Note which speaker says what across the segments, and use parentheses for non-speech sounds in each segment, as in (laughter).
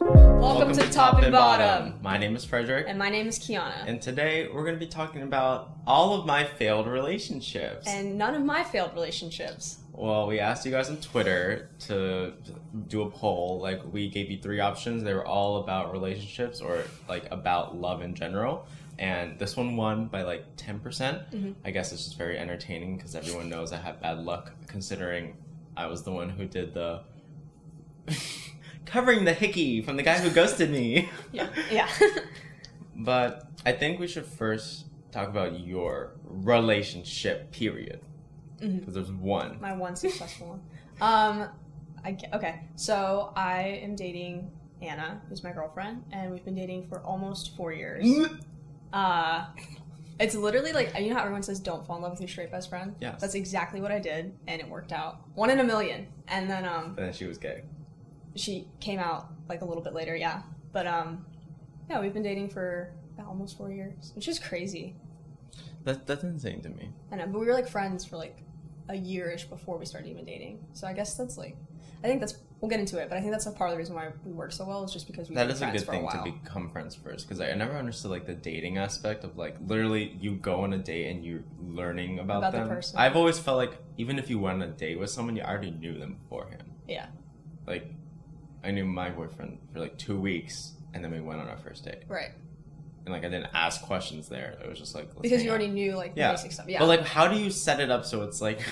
Speaker 1: Welcome, to Top and Bottom.
Speaker 2: My name is Frederick,
Speaker 1: And my name is Kiana. And,
Speaker 2: and today we're going to be talking about all of my failed relationships.
Speaker 1: none of my failed relationships.
Speaker 2: well, we asked you guys on Twitter to do a poll. Like, we gave you three options. They were all about relationships or like about love in general. And this one won by like 10%. percent
Speaker 1: Mm-hmm.
Speaker 2: I guess it's just very entertaining because everyone knows I have bad luck considering I was the one who did the (laughs) covering the hickey from the guy who ghosted me. (laughs)
Speaker 1: Yeah. (laughs) Yeah.
Speaker 2: But I think we should first talk about your relationship period. Because there's one.
Speaker 1: Mm-hmm. my one successful one. Um, I, ge- okay. So I am dating Anna, who's my girlfriend, and we've been dating for almost four years. Uh, it's literally like you know how everyone says don't fall in love with your straight best friend.
Speaker 2: Yes.
Speaker 1: That's exactly what I did, and it worked out. One in a million. And then um,
Speaker 2: And then she was gay.
Speaker 1: she came out like a little bit later, yeah. But um, yeah, we've been dating for about almost four years, which is crazy.
Speaker 2: That, that's insane to me.
Speaker 1: I know, but we were like friends for like a yearish before we started even dating. So I guess that's like, I think that's we'll get into it, but I think that's a part of the reason why we work so well is just because we've
Speaker 2: That
Speaker 1: been
Speaker 2: is a
Speaker 1: friends
Speaker 2: good
Speaker 1: for a
Speaker 2: thing to
Speaker 1: while.
Speaker 2: become friends first. Because I I never understood like the dating aspect of like literally you go on a date and you're learning about,
Speaker 1: About the
Speaker 2: them.
Speaker 1: person.
Speaker 2: I've always felt like even if you went on a date with someone, you already knew them beforehand.
Speaker 1: yeah,
Speaker 2: Like I knew my boyfriend for like two weeks, and then we went on our first date.
Speaker 1: right.
Speaker 2: And like I didn't ask questions there. It was just like let's
Speaker 1: Because
Speaker 2: hang
Speaker 1: you
Speaker 2: out.
Speaker 1: already knew like
Speaker 2: Yeah.
Speaker 1: the basic stuff. Yeah,
Speaker 2: But like, how do you set it up so
Speaker 1: (laughs)
Speaker 2: it's like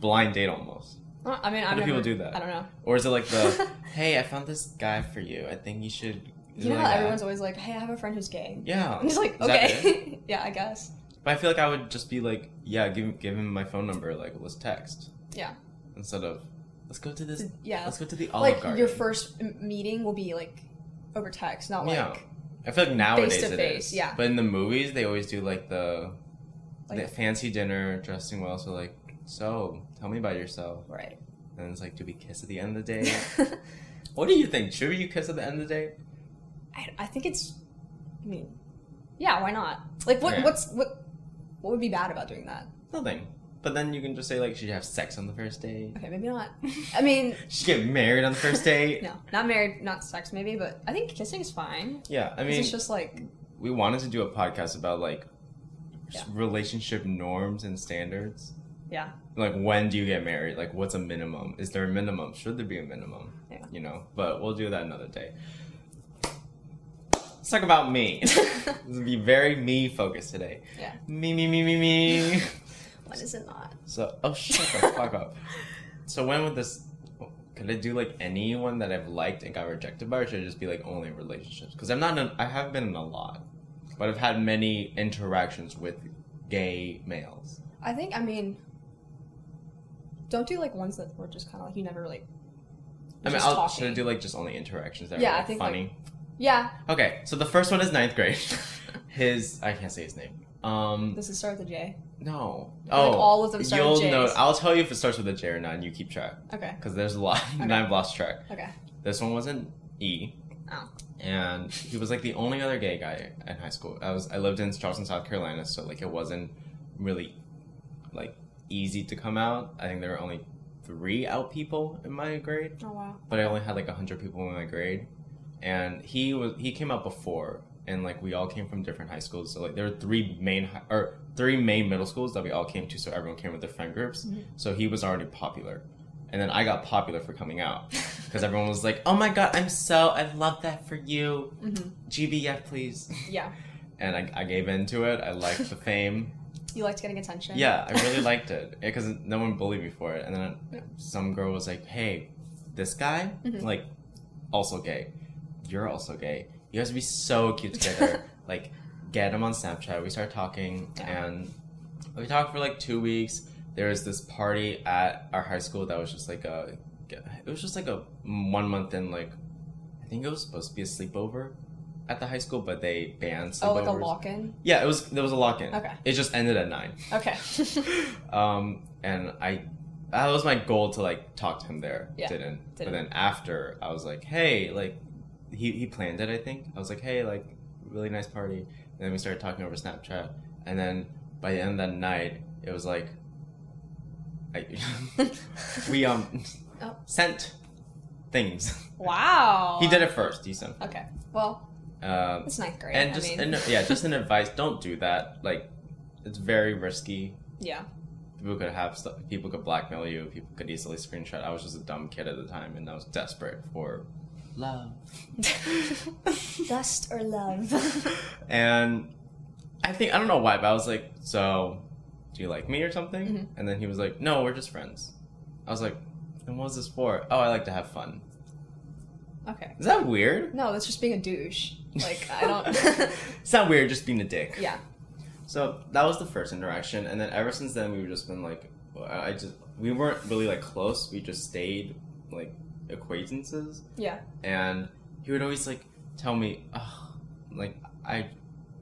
Speaker 2: blind date almost?
Speaker 1: Uh, I mean,
Speaker 2: How
Speaker 1: I've
Speaker 2: do
Speaker 1: never,
Speaker 2: people do that?
Speaker 1: I don't know.
Speaker 2: Or is it
Speaker 1: (laughs)
Speaker 2: like the, hey, I found this guy for you. I think you should. is
Speaker 1: You know
Speaker 2: it like
Speaker 1: how
Speaker 2: that?
Speaker 1: everyone's always like, "Hey, I have a friend who's gay." (laughs)
Speaker 2: Yeah.
Speaker 1: I'm just like,
Speaker 2: Is that it?
Speaker 1: okay, (laughs) yeah, I guess,
Speaker 2: But I feel like I would just be like, yeah, give him, give him my phone number. Like, let's text
Speaker 1: yeah.
Speaker 2: instead of let's go to this.
Speaker 1: Yeah.
Speaker 2: Let's go to the Olive
Speaker 1: Like
Speaker 2: Garden.
Speaker 1: your first m- meeting will be like over text, not like
Speaker 2: yeah. I feel like nowadays it
Speaker 1: face,
Speaker 2: is.
Speaker 1: yeah.
Speaker 2: But in the movies, they always do like the,
Speaker 1: Like-
Speaker 2: the fancy dinner, dressing well. So like, so tell me about yourself.
Speaker 1: right.
Speaker 2: And it's like, do we kiss at the end of the
Speaker 1: (laughs)
Speaker 2: day? what do you think? Should you kiss at the end of the day?
Speaker 1: I, I think it's. I mean, yeah, why not? Like, what?
Speaker 2: Yeah.
Speaker 1: What's what? What would be bad about doing that?
Speaker 2: Nothing. But then you can just say like, should you have sex on the first date?
Speaker 1: Okay, maybe not. (laughs) I mean,
Speaker 2: Should you get married on the
Speaker 1: (laughs)
Speaker 2: first date?
Speaker 1: no, not married, not sex, maybe, but I think kissing is fine.
Speaker 2: Yeah, I
Speaker 1: 'Cause
Speaker 2: mean,
Speaker 1: it's just like
Speaker 2: we wanted to do a podcast about like
Speaker 1: Yeah.
Speaker 2: relationship norms and standards.
Speaker 1: yeah,
Speaker 2: Like, when do you get married? Like, what's a minimum? Is there a minimum? Should there be a minimum?
Speaker 1: Yeah.
Speaker 2: You know, but we'll do that another day. Let's talk about
Speaker 1: (laughs)
Speaker 2: me. this will be very me focused today.
Speaker 1: yeah.
Speaker 2: Me, me, me, me, me. (laughs)
Speaker 1: When is it not?
Speaker 2: So, oh, shut
Speaker 1: (laughs)
Speaker 2: the fuck up. So, when would this? Could I do like anyone that I've liked and got rejected by, or should it just be like only relationships? Because I'm not, in, I have been in a lot, but I've had many interactions with gay males.
Speaker 1: I think. I mean, don't do like ones that were just kind of like you never really.
Speaker 2: I mean,
Speaker 1: just
Speaker 2: I'll,
Speaker 1: talking.
Speaker 2: should I do like just only interactions that
Speaker 1: Yeah,
Speaker 2: are
Speaker 1: I
Speaker 2: like,
Speaker 1: think,
Speaker 2: funny?
Speaker 1: Yeah,
Speaker 2: Okay, so the first one is
Speaker 1: (laughs)
Speaker 2: ninth grade. his, I can't say his name. Um,
Speaker 1: this is start with a J.
Speaker 2: no. Oh,
Speaker 1: feel like all of them start
Speaker 2: you'll
Speaker 1: with J's.
Speaker 2: know. I'll tell you if it starts with a J or not, and you keep track
Speaker 1: Okay.
Speaker 2: because there's a lot, (laughs) and I've lost track.
Speaker 1: Okay.
Speaker 2: This one was an E.
Speaker 1: Oh.
Speaker 2: and he was like the only other gay guy in high school. I was I lived in Charleston, South Carolina, so like it wasn't really like easy to come out. I think there were only three out people in my grade,
Speaker 1: Oh wow.
Speaker 2: but I only had like hundred people in my grade, and he was he came out before, and like we all came from different high schools. So like there were three main hi- or three main middle schools that we all came to, so everyone came with their friend groups. So he was already popular. And then I got popular for coming out because everyone was like, "Oh my god, I'm so I love that for you, GBF, please."
Speaker 1: Yeah.
Speaker 2: And I, I gave in to it. I liked the fame.
Speaker 1: You liked getting attention.
Speaker 2: Yeah, I really liked it because no one bullied me for it. And then some girl was like, "Hey, this guy,
Speaker 1: Mm-hmm.
Speaker 2: like, also gay. You're also gay. You guys would be
Speaker 1: (laughs)
Speaker 2: so cute together. like, get him on Snapchat." We started talking, and we talked for like two weeks. There was this party at our high school that was just like a, it was just like a one month in like, I think it was supposed to be a sleepover at the high school, but they banned sleepovers.
Speaker 1: Oh, like a lock in?
Speaker 2: Yeah, it was. There was a lock in.
Speaker 1: Okay.
Speaker 2: It just ended at nine.
Speaker 1: Okay. (laughs)
Speaker 2: Um, and I, that was my goal to like talk to him there.
Speaker 1: Yeah,
Speaker 2: Didn't. But
Speaker 1: didn't.
Speaker 2: then after, I was like, hey, like, he he planned it. I think I was like, hey, like, really nice party. And then we started talking over Snapchat, and then by the end of that night, it was like, I, (laughs) we um,
Speaker 1: Oh.
Speaker 2: sent things.
Speaker 1: wow.
Speaker 2: he did it first. He sent.
Speaker 1: Okay. Well,
Speaker 2: Um,
Speaker 1: it's ninth grade.
Speaker 2: and
Speaker 1: I
Speaker 2: just
Speaker 1: mean,
Speaker 2: and, yeah, just an advice: don't do that. Like, it's very risky.
Speaker 1: yeah.
Speaker 2: People could have stuff. People could blackmail you. People could easily screenshot. I was just a dumb kid at the time, and I was desperate for love.
Speaker 3: Dust or love?
Speaker 2: And I think I don't know why, but I was like, "So, do you like me or something?" And then he was like, "No, we're just friends." I was like, "And what was this for?" Oh, I like to have fun.
Speaker 1: Okay.
Speaker 2: Is that weird?
Speaker 1: No, that's just being a douche. Like, I don't.
Speaker 2: (laughs)
Speaker 1: (laughs)
Speaker 2: It's not weird, just being a dick.
Speaker 1: yeah.
Speaker 2: So that was the first interaction, and then ever since then we've just been like, I I just we weren't really like close. We just stayed like acquaintances,
Speaker 1: Yeah.
Speaker 2: and he would always like tell me, oh, like I,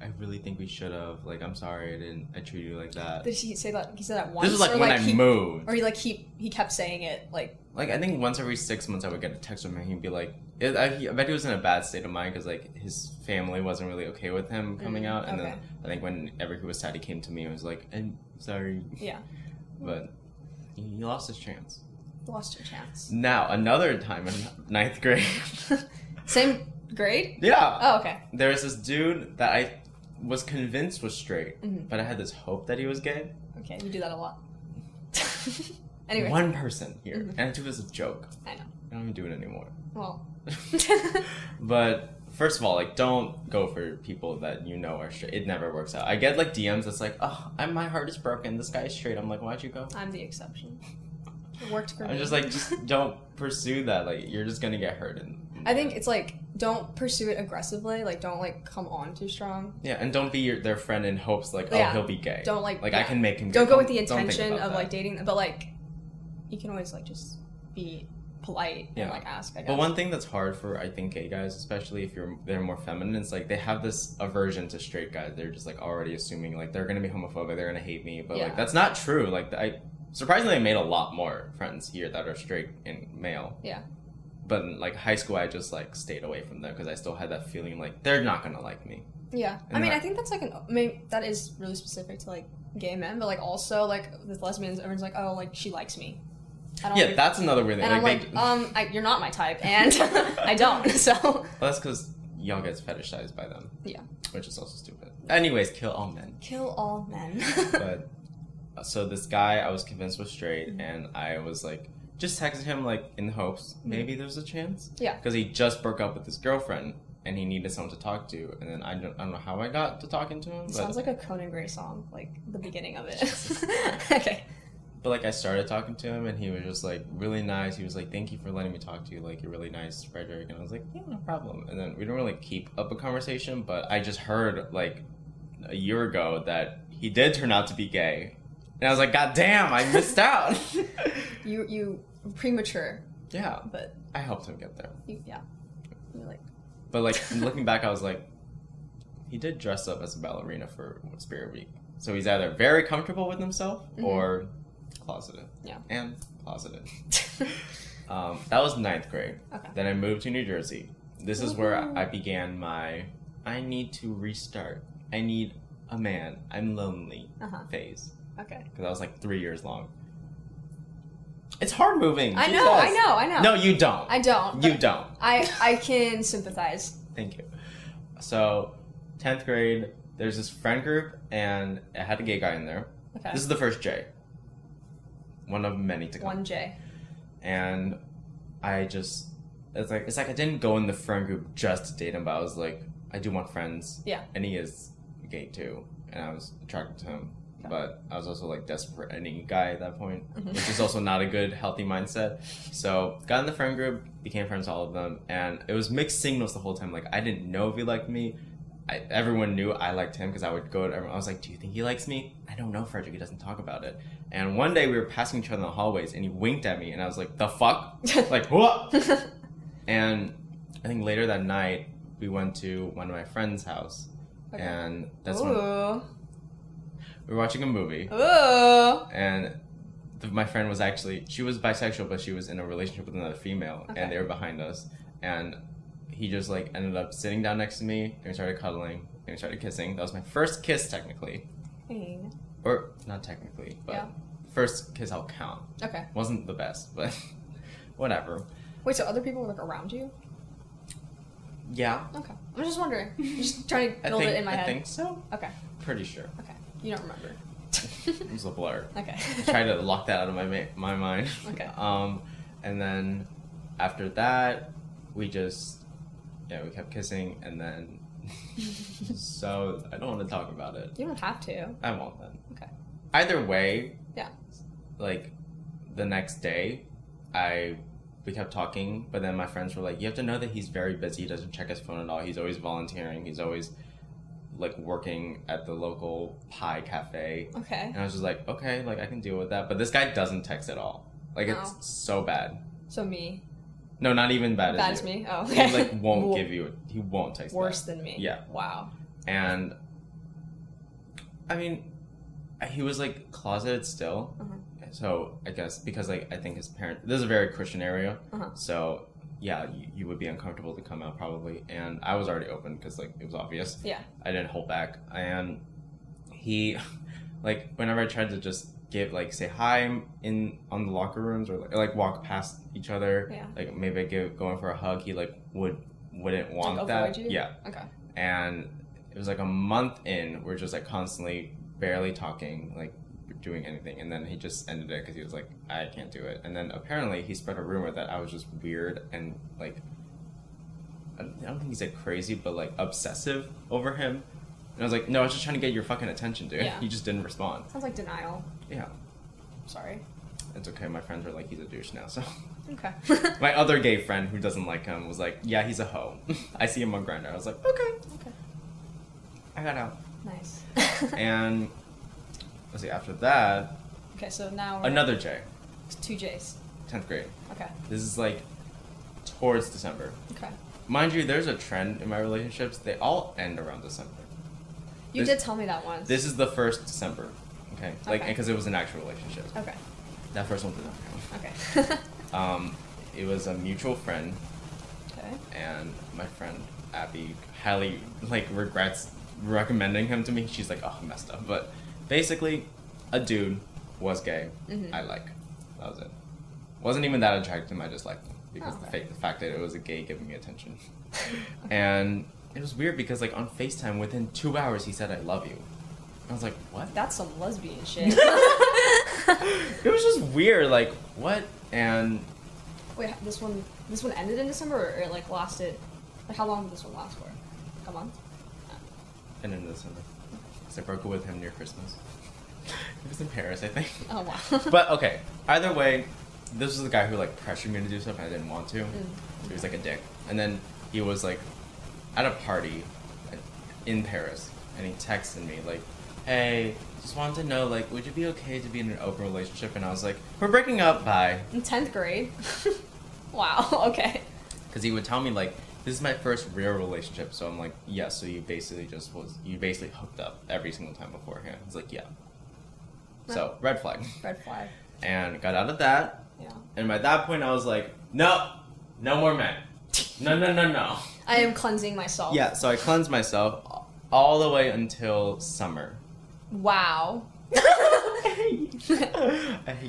Speaker 2: I really think we should have. Like I'm sorry, I didn't. I treated you like that.
Speaker 1: Did he say that? He said that once.
Speaker 2: This was like
Speaker 1: or,
Speaker 2: when I
Speaker 1: he,
Speaker 2: moved.
Speaker 1: Or he like he he kept saying it like
Speaker 2: Like I think once every six months I would get a text from him. He'd be like, it, I, he- I bet he was in a bad state of mind because like his family wasn't really okay with him coming out, and
Speaker 1: Mm-hmm. okay.
Speaker 2: then I think whenever he was sad, he came to me and was like, I'm sorry.
Speaker 1: yeah
Speaker 2: but he lost his chance.
Speaker 1: lost your chance.
Speaker 2: Now another time in ninth grade. (laughs)
Speaker 1: Same grade?
Speaker 2: yeah.
Speaker 1: Oh okay.
Speaker 2: There was this dude that I was convinced was straight,
Speaker 1: Mm-hmm.
Speaker 2: but I had this hope that he was gay.
Speaker 1: Okay, you do that a lot. (laughs) anyway, Mm-hmm.
Speaker 2: One person here, and it was a joke.
Speaker 1: I know.
Speaker 2: I don't even do it anymore. (laughs)
Speaker 1: Well, (laughs)
Speaker 2: But first of all, like, don't go for people that you know are straight. It never works out. I get like DMs that's like, oh, I'm, my heart is broken. This guy's straight. I'm like, why'd you go?
Speaker 1: I'm the exception. It worked for me.
Speaker 2: I'm just
Speaker 1: (laughs)
Speaker 2: like, just don't pursue that. Like, you're just gonna get hurt. And
Speaker 1: I think it's like don't pursue it aggressively. Like don't like come on too strong.
Speaker 2: Yeah, and don't be your, their friend in hopes like, oh,
Speaker 1: Yeah.
Speaker 2: he'll be gay.
Speaker 1: Don't like
Speaker 2: like I
Speaker 1: yeah.
Speaker 2: can make him.
Speaker 1: Don't
Speaker 2: gay.
Speaker 1: go with the
Speaker 2: Don't think
Speaker 1: intention
Speaker 2: about
Speaker 1: of
Speaker 2: that.
Speaker 1: like dating, them, but like you can always like just be polite
Speaker 2: Yeah.
Speaker 1: and like ask. I guess.
Speaker 2: But one thing that's hard for I think gay guys, especially if you're they're more feminine, is like they have this aversion to straight guys. They're just like already assuming like they're gonna be homophobic, they're gonna hate me. But
Speaker 1: Yeah.
Speaker 2: like that's not true. Like I surprisingly I made a lot more friends here that are straight and male.
Speaker 1: yeah.
Speaker 2: But in, like high school, I just like stayed away from them because I still had that feeling like they're not gonna like me.
Speaker 1: Yeah, I
Speaker 2: And
Speaker 1: mean,
Speaker 2: that-
Speaker 1: I think that's like an. I mean, that is really specific to like gay men, but like also like with lesbians, everyone's like, oh, like she likes me. I don't.
Speaker 2: Yeah, that's another weird thing.
Speaker 1: and I'm
Speaker 2: like,
Speaker 1: like,
Speaker 2: (laughs) they,
Speaker 1: um, I, you're not my type, and (laughs) I don't. So
Speaker 2: well, that's because y'all gets fetishized by them,
Speaker 1: yeah,
Speaker 2: which is also stupid. Anyways, kill all men.
Speaker 1: kill all men. (laughs)
Speaker 2: but uh, so this guy I was convinced was straight,
Speaker 1: Mm-hmm.
Speaker 2: and I was like, just texted him like in hopes maybe there's a chance.
Speaker 1: Mm-hmm. Yeah.
Speaker 2: Because he just broke up with his girlfriend, and he needed someone to talk to, and then I don't, I don't know how I got to talking to him, but
Speaker 1: Sounds like a Conan Gray song, like the beginning of
Speaker 2: (laughs)
Speaker 1: it. (laughs) okay.
Speaker 2: but like I started talking to him, and he was just like really nice. He was like, thank you for letting me talk to you. Like you're really nice, Frederick. And I was like, yeah, no problem. And then we didn't really keep up a conversation, but I just heard like a year ago that he did turn out to be gay. And I was like, God damn, I missed out.
Speaker 1: (laughs) You you premature,
Speaker 2: yeah.
Speaker 1: but
Speaker 2: I helped him get there.
Speaker 1: you, yeah, you're like
Speaker 2: But
Speaker 1: (laughs)
Speaker 2: like looking back, I was like, he did dress up as a ballerina for Spirit Week, so he's either very comfortable with himself or closeted.
Speaker 1: Mm-hmm. Yeah.
Speaker 2: and
Speaker 1: (laughs)
Speaker 2: closeted. um, that was ninth grade.
Speaker 1: Okay.
Speaker 2: Then I moved to New Jersey. This is where I began my "I need to restart. I need a man. I'm lonely"
Speaker 1: Uh-huh.
Speaker 2: phase
Speaker 1: okay.
Speaker 2: because I was like three years long. It's hard moving.
Speaker 1: I know,
Speaker 2: Jesus.
Speaker 1: I know, I know.
Speaker 2: No, you don't.
Speaker 1: I don't.
Speaker 2: You
Speaker 1: but
Speaker 2: don't.
Speaker 1: I I can sympathize.
Speaker 2: Thank you. So, 10th grade, there's this friend group, and it had a gay guy in there.
Speaker 1: Okay.
Speaker 2: This is the first J. One of many to come.
Speaker 1: One J.
Speaker 2: And I just, it's like, it's like I didn't go in the friend group just to date him, but I was like, I do want friends.
Speaker 1: Yeah.
Speaker 2: And he is gay too. And I was attracted to him. But I was also like desperate for any guy at that point,
Speaker 1: Mm-hmm.
Speaker 2: which is also not a good, healthy mindset. So, got in the friend group, became friends with all of them, and it was mixed signals the whole time. Like, I didn't know if he liked me. I, everyone knew I liked him because I would go to everyone. I was like, "Do you think he likes me?" I don't know, Frederick. He doesn't talk about it. And one day we were passing each other in the hallways, and he winked at me, and I was like, "The
Speaker 1: (laughs)
Speaker 2: fuck!" like what? and I think later that night we went to one of my friend's house,
Speaker 1: Okay.
Speaker 2: and that's when
Speaker 1: Ooh.
Speaker 2: we were watching a movie
Speaker 1: Ooh.
Speaker 2: and th my friend was actually she was bisexual but she was in a relationship with another female and they were behind us and he just like ended up sitting down next to me and we started cuddling and we started kissing that was my first kiss technically
Speaker 1: Dang.
Speaker 2: or not technically but
Speaker 1: Yeah.
Speaker 2: first kiss i'll count
Speaker 1: Okay.
Speaker 2: wasn't the best (laughs) but whatever
Speaker 1: Wait, so other people were like around you?
Speaker 2: yeah
Speaker 1: Okay. I'm just (laughs) wondering. I'm just trying to
Speaker 2: i
Speaker 1: build
Speaker 2: think
Speaker 1: it in my
Speaker 2: i
Speaker 1: head.
Speaker 2: think so
Speaker 1: Okay.
Speaker 2: pretty sure
Speaker 1: Okay. You don't
Speaker 2: (laughs)
Speaker 1: remember.
Speaker 2: it was a blur
Speaker 1: Okay.
Speaker 2: try to lock that out of my ma- my mind.
Speaker 1: Okay.
Speaker 2: (laughs) Um, and then after that, we just yeah we kept kissing, and then
Speaker 1: (laughs)
Speaker 2: so I don't want to talk about it.
Speaker 1: (laughs) you don't have to.
Speaker 2: I won't then.
Speaker 1: Okay.
Speaker 2: Either way,
Speaker 1: Yeah.
Speaker 2: like the next day, I we kept talking, but then my friends were like, "You have to know that he's very busy. He doesn't check his phone at all. He's always volunteering. He's always." like working at the local pie cafe
Speaker 1: Okay.
Speaker 2: and I was just like, okay, like I can deal with that. But this guy doesn't text at all. Like
Speaker 1: No.
Speaker 2: it's so bad.
Speaker 1: So me.
Speaker 2: No, not even bad.
Speaker 1: Bad
Speaker 2: as
Speaker 1: as
Speaker 2: you.
Speaker 1: me. Oh.
Speaker 2: He
Speaker 1: (laughs)
Speaker 2: like won't
Speaker 1: Wo-
Speaker 2: give you. A, he won't text.
Speaker 1: Worse
Speaker 2: back.
Speaker 1: than me.
Speaker 2: Yeah.
Speaker 1: Wow.
Speaker 2: And I mean, I- he was like closeted still.
Speaker 1: Mm-hmm.
Speaker 2: So I guess because like I think his parents. This is a very Christian area.
Speaker 1: Uh-huh.
Speaker 2: So yeah, you, you would be uncomfortable to come out probably. And I was already open because like it was obvious.
Speaker 1: Yeah.
Speaker 2: I didn't hold back. And he, (laughs) like, whenever I tried to just give, like, say hi I'm in on the locker rooms or like, like walk past each other,
Speaker 1: Yeah.
Speaker 2: like maybe I give going for a hug, he like would wouldn't want
Speaker 1: Like,
Speaker 2: that.
Speaker 1: avoid you?
Speaker 2: Yeah,
Speaker 1: Okay.
Speaker 2: and it was like a month in, we're just like constantly barely talking, like doing anything, and then he just ended it because he was like, I can't do it. And then apparently he spread a rumor that I was just weird and like I don't I don't think he said crazy, but like obsessive over him. And I was like, no, I was just trying to get your fucking attention, dude.
Speaker 1: Yeah.
Speaker 2: You just didn't respond.
Speaker 1: Sounds like denial.
Speaker 2: Yeah,
Speaker 1: Sorry.
Speaker 2: it's okay. My friends are like, he's a douche now. So (laughs)
Speaker 1: (laughs) Okay.
Speaker 2: my other gay friend who doesn't like him was like, yeah, he's a hoe. (laughs) I see him on Grinder. I was like, okay,
Speaker 1: okay.
Speaker 2: I got out.
Speaker 1: Nice.
Speaker 2: And let's see, after that,
Speaker 1: okay, so now we're
Speaker 2: another J,
Speaker 1: two J's.
Speaker 2: 10th grade.
Speaker 1: Okay.
Speaker 2: This is like towards December.
Speaker 1: Okay.
Speaker 2: Mind you, there's a trend in my relationships, they all end around December.
Speaker 1: You
Speaker 2: This-
Speaker 1: did tell me that once.
Speaker 2: This is the first December, okay? Like,
Speaker 1: Okay.
Speaker 2: because it was an actual relationship.
Speaker 1: Okay.
Speaker 2: That first one did not count.
Speaker 1: (laughs) Okay.
Speaker 2: Um, it was a mutual friend,
Speaker 1: okay.
Speaker 2: and my friend Abby highly like regrets recommending him to me. She's like, "Oh, I messed up." But basically, a dude was gay.
Speaker 1: Mm-hmm.
Speaker 2: I like. That was it. Wasn't even that attracted to him. I just liked him because
Speaker 1: Oh,
Speaker 2: the,
Speaker 1: okay.
Speaker 2: fa- the fact that it was a gay giving me attention, (laughs) and it was weird because like on Facetime, within two hours, he said, "I love you." I was like, "What?"
Speaker 1: That's some (laughs) lesbian shit.
Speaker 2: It was just weird. Like what? And
Speaker 1: Wait, this one this one ended in December or it like lasted like how long did this one last for? Like a month?
Speaker 2: and in December, because I broke up with him near Christmas. (laughs) It was in Paris, I think.
Speaker 1: Oh wow. (laughs)
Speaker 2: But uh, okay, either way, this was the guy who like pressured me to do stuff and I didn't want to. He was like a dick. And then he was like at a party in Paris and he texted me like, "Hey, just wanted to know like would you be okay to be in an open relationship?" And I was like, "We're breaking up, bye."
Speaker 1: in tenth grade. (laughs) wow, okay.
Speaker 2: Cuz he would tell me like this is my first real relationship, so I'm like, yeah. So you basically just was you basically hooked up every single time beforehand. He's like, yeah. So red flag,
Speaker 1: Red flag.
Speaker 2: and got out of that.
Speaker 1: Yeah.
Speaker 2: And by that point, I was like, no, no more men. No, no, no, no.
Speaker 1: I am cleansing myself.
Speaker 2: Yeah, so I cleansed myself all the way until summer.
Speaker 1: (laughs) Wow.
Speaker 2: (laughs) I hate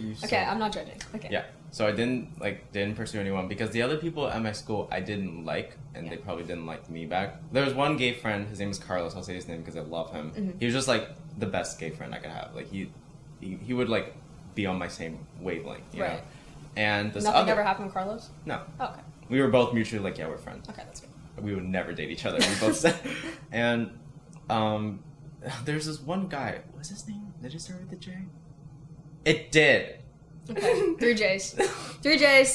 Speaker 2: you so
Speaker 1: Okay, I'm not judging. Okay.
Speaker 2: Yeah, so I didn't like didn't pursue anyone because the other people at my school I didn't like, and they probably didn't like me back. There was one gay friend. His name is Carlos. I'll say his name because I love him.
Speaker 1: Mm-hmm.
Speaker 2: He was just like the best gay friend I could have. Like he, he, he would like be on my same wavelength. You Know?
Speaker 1: Right.
Speaker 2: And this
Speaker 1: Nothing
Speaker 2: other
Speaker 1: ever happened with Carlos?
Speaker 2: no,
Speaker 1: Oh, okay.
Speaker 2: we were both mutually like yeah we're friends.
Speaker 1: Okay, that's good.
Speaker 2: we would never date each other. We both
Speaker 1: (laughs)
Speaker 2: said, and um, there's this one guy. What's his name? Did it start with a J? It did.
Speaker 1: (laughs)
Speaker 2: (laughs)
Speaker 1: Okay. Three J's. Three J's.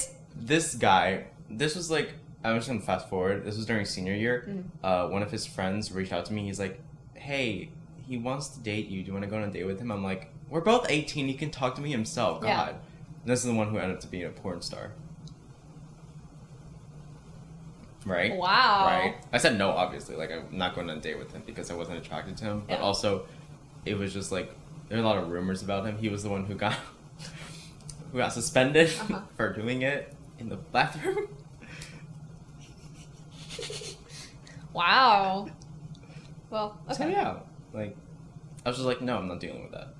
Speaker 2: This guy. This was like I'm just gonna fast forward. This was during senior year.
Speaker 1: Mm.
Speaker 2: Uh, one of his friends reached out to me. He's like, "Hey, he wants to date you. Do you want to go on a date with him?" I'm like, "We're both 18. He can talk to me himself."
Speaker 1: Yeah.
Speaker 2: God, And this is the one who ended up to be a porn star. Right.
Speaker 1: Wow.
Speaker 2: Right. I said no, obviously. Like I'm not going on a date with him because I wasn't attracted to him. But
Speaker 1: Yeah.
Speaker 2: also, it was just like there were a lot of rumors about him. He was the one who got (laughs) who got suspended
Speaker 1: Uh-huh.
Speaker 2: (laughs) for doing it in the bathroom. (laughs)
Speaker 1: Wow. Well, okay.
Speaker 2: So yeah, like I was just like, no, I'm not dealing with that.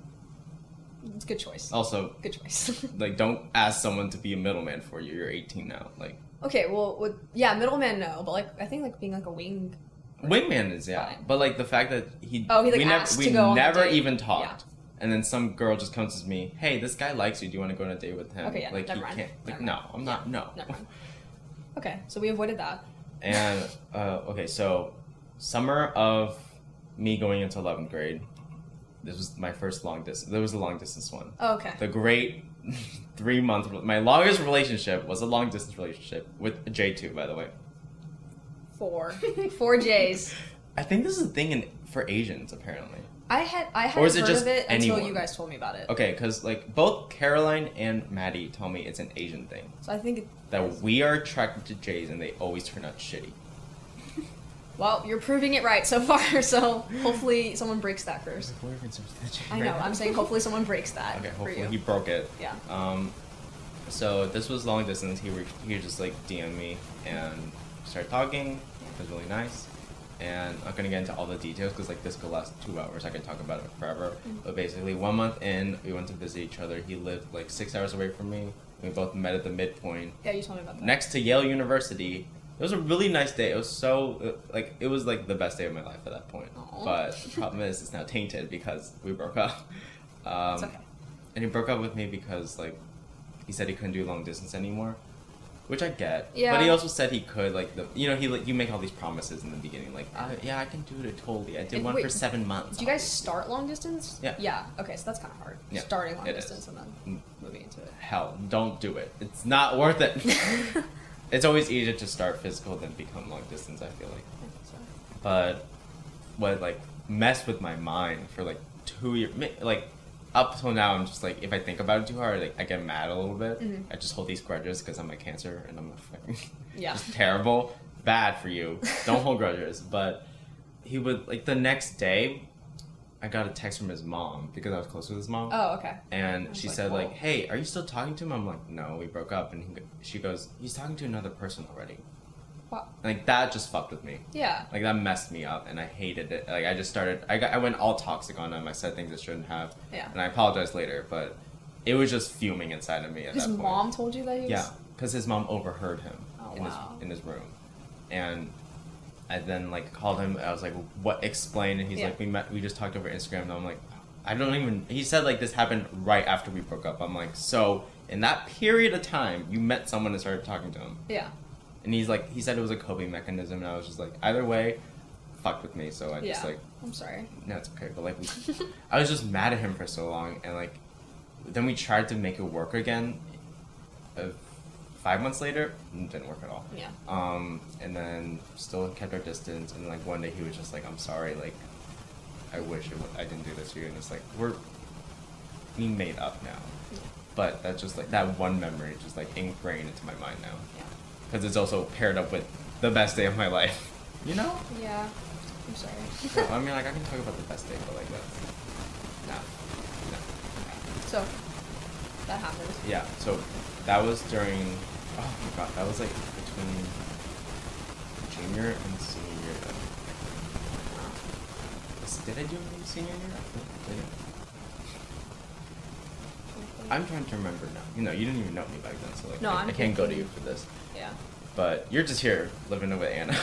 Speaker 1: It's a good choice.
Speaker 2: Also,
Speaker 1: Good choice. (laughs)
Speaker 2: like don't ask someone to be a middleman for you. You're 18 now. Like
Speaker 1: okay, well, with, yeah, middleman, no, but like, I think like being like a wing.
Speaker 2: wingman is yeah,
Speaker 1: Fine.
Speaker 2: but like the fact that he
Speaker 1: Oh, he, like,
Speaker 2: we never
Speaker 1: asked
Speaker 2: we
Speaker 1: to go on the
Speaker 2: never
Speaker 1: date.
Speaker 2: even talked. And then some girl just comes to me, hey, this guy likes you. Do you want to go on a date with him?
Speaker 1: Okay, yeah,
Speaker 2: like
Speaker 1: never
Speaker 2: you
Speaker 1: mind.
Speaker 2: can't. Like
Speaker 1: Never
Speaker 2: no, I'm not. No. (laughs)
Speaker 1: Never mind. Okay, so we avoided that.
Speaker 2: And uh, okay, so summer of me going into 11th grade, this was my first long distance. There was a long distance one.
Speaker 1: Oh, Okay.
Speaker 2: The great (laughs) three month. My longest relationship was a long distance relationship with J two. By the way,
Speaker 1: Four. (laughs) Four J's.
Speaker 2: I think this is a thing in for Asians apparently.
Speaker 1: I had I had
Speaker 2: Or is it
Speaker 1: heard
Speaker 2: just
Speaker 1: of it
Speaker 2: anyone?
Speaker 1: until you guys told me about it.
Speaker 2: Okay, because like both Caroline and Maddie tell me it's an Asian thing
Speaker 1: So I think, it,
Speaker 2: that we are attracted to J's and they always turn out shitty.
Speaker 1: well, you're proving it right so far. (laughs) So hopefully someone breaks that first. I know. I'm saying hopefully someone breaks that
Speaker 2: (laughs) Okay,
Speaker 1: for
Speaker 2: hopefully
Speaker 1: you.
Speaker 2: he broke it.
Speaker 1: Yeah.
Speaker 2: Um, so this was long distance. He re- he just like DM me and started talking. It was really nice. And I'm not gonna get into all the details because like this could last two hours. I could talk about it forever.
Speaker 1: Mm-hmm.
Speaker 2: But basically, one month in, we went to visit each other. He lived like six hours away from me. We both met at the midpoint
Speaker 1: yeah, you told me about that.
Speaker 2: next to Yale University. It was a really nice day. It was so uh, like it was like the best day of my life at that point.
Speaker 1: Aw.
Speaker 2: But the problem is, it's now tainted because we broke up. Um,
Speaker 1: It's okay.
Speaker 2: and he broke up with me because like he said he couldn't do long distance anymore, which I get.
Speaker 1: Yeah.
Speaker 2: But he also said he could like the you know he like you make all these promises in the beginning like I, yeah I can do it totally I did
Speaker 1: And
Speaker 2: one
Speaker 1: wait,
Speaker 2: for seven months.
Speaker 1: Did you guys start long distance?
Speaker 2: Yeah.
Speaker 1: Yeah. Okay, so that's kind of hard.
Speaker 2: Yeah,
Speaker 1: Starting long
Speaker 2: it is.
Speaker 1: distance and then
Speaker 2: Mm.
Speaker 1: moving into it.
Speaker 2: hell don't do it. It's not
Speaker 1: (laughs)
Speaker 2: worth it. it's always easier to start physical than become long distance. I feel like.
Speaker 1: So,
Speaker 2: but what like messed with my mind for like two years like up till now i'm just like if i think about it too hard like i get mad a little bit
Speaker 1: Mm-hmm.
Speaker 2: i just hold these grudges because i'm a cancer and i'm a fucking (laughs)
Speaker 1: Yeah.
Speaker 2: just terrible bad for you don't hold
Speaker 1: (laughs)
Speaker 2: grudges but he would like the next day i got a text from his mom because i was close with his mom
Speaker 1: oh, okay.
Speaker 2: and
Speaker 1: was
Speaker 2: she
Speaker 1: like,
Speaker 2: said like
Speaker 1: "Whoa."
Speaker 2: hey are you still talking to him i'm like no we broke up and he, go- she goes he's talking to another person already
Speaker 1: Wow.
Speaker 2: like that just fucked with me
Speaker 1: Yeah.
Speaker 2: like that messed me up, and I hated it. Like I just started, I got, I went all toxic on him. I said things I shouldn't have.
Speaker 1: Yeah.
Speaker 2: And I apologized later, but it was just fuming inside of me at
Speaker 1: His
Speaker 2: that point.
Speaker 1: mom told you that he was.
Speaker 2: Yeah, because his mom overheard him
Speaker 1: Oh,
Speaker 2: in
Speaker 1: wow.
Speaker 2: his in his room, and I then like called him. I was like, "What? Explain." And he's
Speaker 1: Yeah.
Speaker 2: like, "We met. We just talked over Instagram." And I'm like, "I don't even." He said like this happened right after we broke up. I'm like, "So in that period of time, you met someone and started talking to him."
Speaker 1: Yeah.
Speaker 2: And he's like, he said it was a coping mechanism, and I was just like, either way, fucked with me. So I
Speaker 1: Yeah.
Speaker 2: just like,
Speaker 1: I'm sorry.
Speaker 2: no, it's okay. But like, we, (laughs) I was just mad at him for so long, and like, then we tried to make it work again. Uh, five months later, it didn't work at all.
Speaker 1: Yeah.
Speaker 2: Um, and then still kept our distance, and like one day he was just like, I'm sorry, like, I wish it w- I didn't do this to you, and it's like we're we made up now. But that's just like that one memory just like ingrained into my mind now
Speaker 1: Yeah.
Speaker 2: because it's also paired up with the best day of my life. (laughs)
Speaker 1: (laughs)
Speaker 2: You know?
Speaker 1: Yeah. I'm sorry.
Speaker 2: So, I mean, like I can talk about the best day, but like that's no, no.
Speaker 1: So that happened.
Speaker 2: Yeah. So that was during. Oh my god, that was like between junior and senior year.
Speaker 1: Uh,
Speaker 2: Is- Did I do it in senior year? I think I did. I'm trying to remember now. You know, you didn't even know me back then, so like
Speaker 1: No,
Speaker 2: I,
Speaker 1: I'm
Speaker 2: I can't go to
Speaker 1: thinking-
Speaker 2: you for this.
Speaker 1: Yeah.
Speaker 2: But you're just here living with Anna.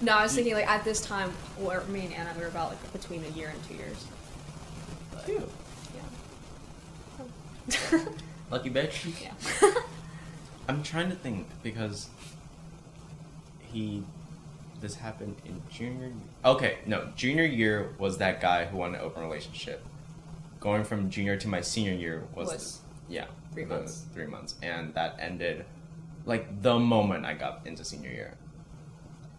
Speaker 1: No, I was thinking like
Speaker 2: (laughs)
Speaker 1: at this time, where me and Anna, we were about like between a year and two years.
Speaker 2: Ew.
Speaker 1: Yeah.
Speaker 2: Lucky bitch. (laughs)
Speaker 1: yeah.
Speaker 2: I'm trying to think because he this happened in junior okay no junior year was that guy who wanted an open relationship going from junior to my senior year was,
Speaker 1: Was
Speaker 2: yeah
Speaker 1: three
Speaker 2: the
Speaker 1: months.
Speaker 2: three months and that ended like the moment I got into senior year.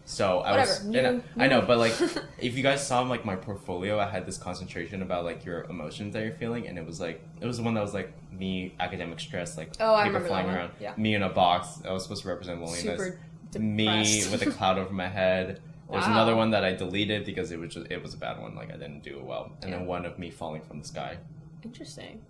Speaker 2: So I was,
Speaker 1: Whatever,
Speaker 2: and
Speaker 1: you-
Speaker 2: I, I know,
Speaker 1: (laughs)
Speaker 2: but like, if you guys saw like my portfolio, I had this concentration about like your emotions that you're feeling, and it was like it was the one that was like me academic stress, like
Speaker 1: Oh, I
Speaker 2: paper
Speaker 1: remember that
Speaker 2: flying
Speaker 1: one.
Speaker 2: around,
Speaker 1: Yeah.
Speaker 2: me in a box. I was supposed to represent loneliness.
Speaker 1: Super
Speaker 2: me
Speaker 1: depressed.
Speaker 2: with
Speaker 1: (laughs)
Speaker 2: a cloud over my head. There's
Speaker 1: Wow.
Speaker 2: another one that I deleted because it was just, it was a bad one, like I didn't do it well, and
Speaker 1: Yeah.
Speaker 2: then one of me falling from the sky.
Speaker 1: Interesting.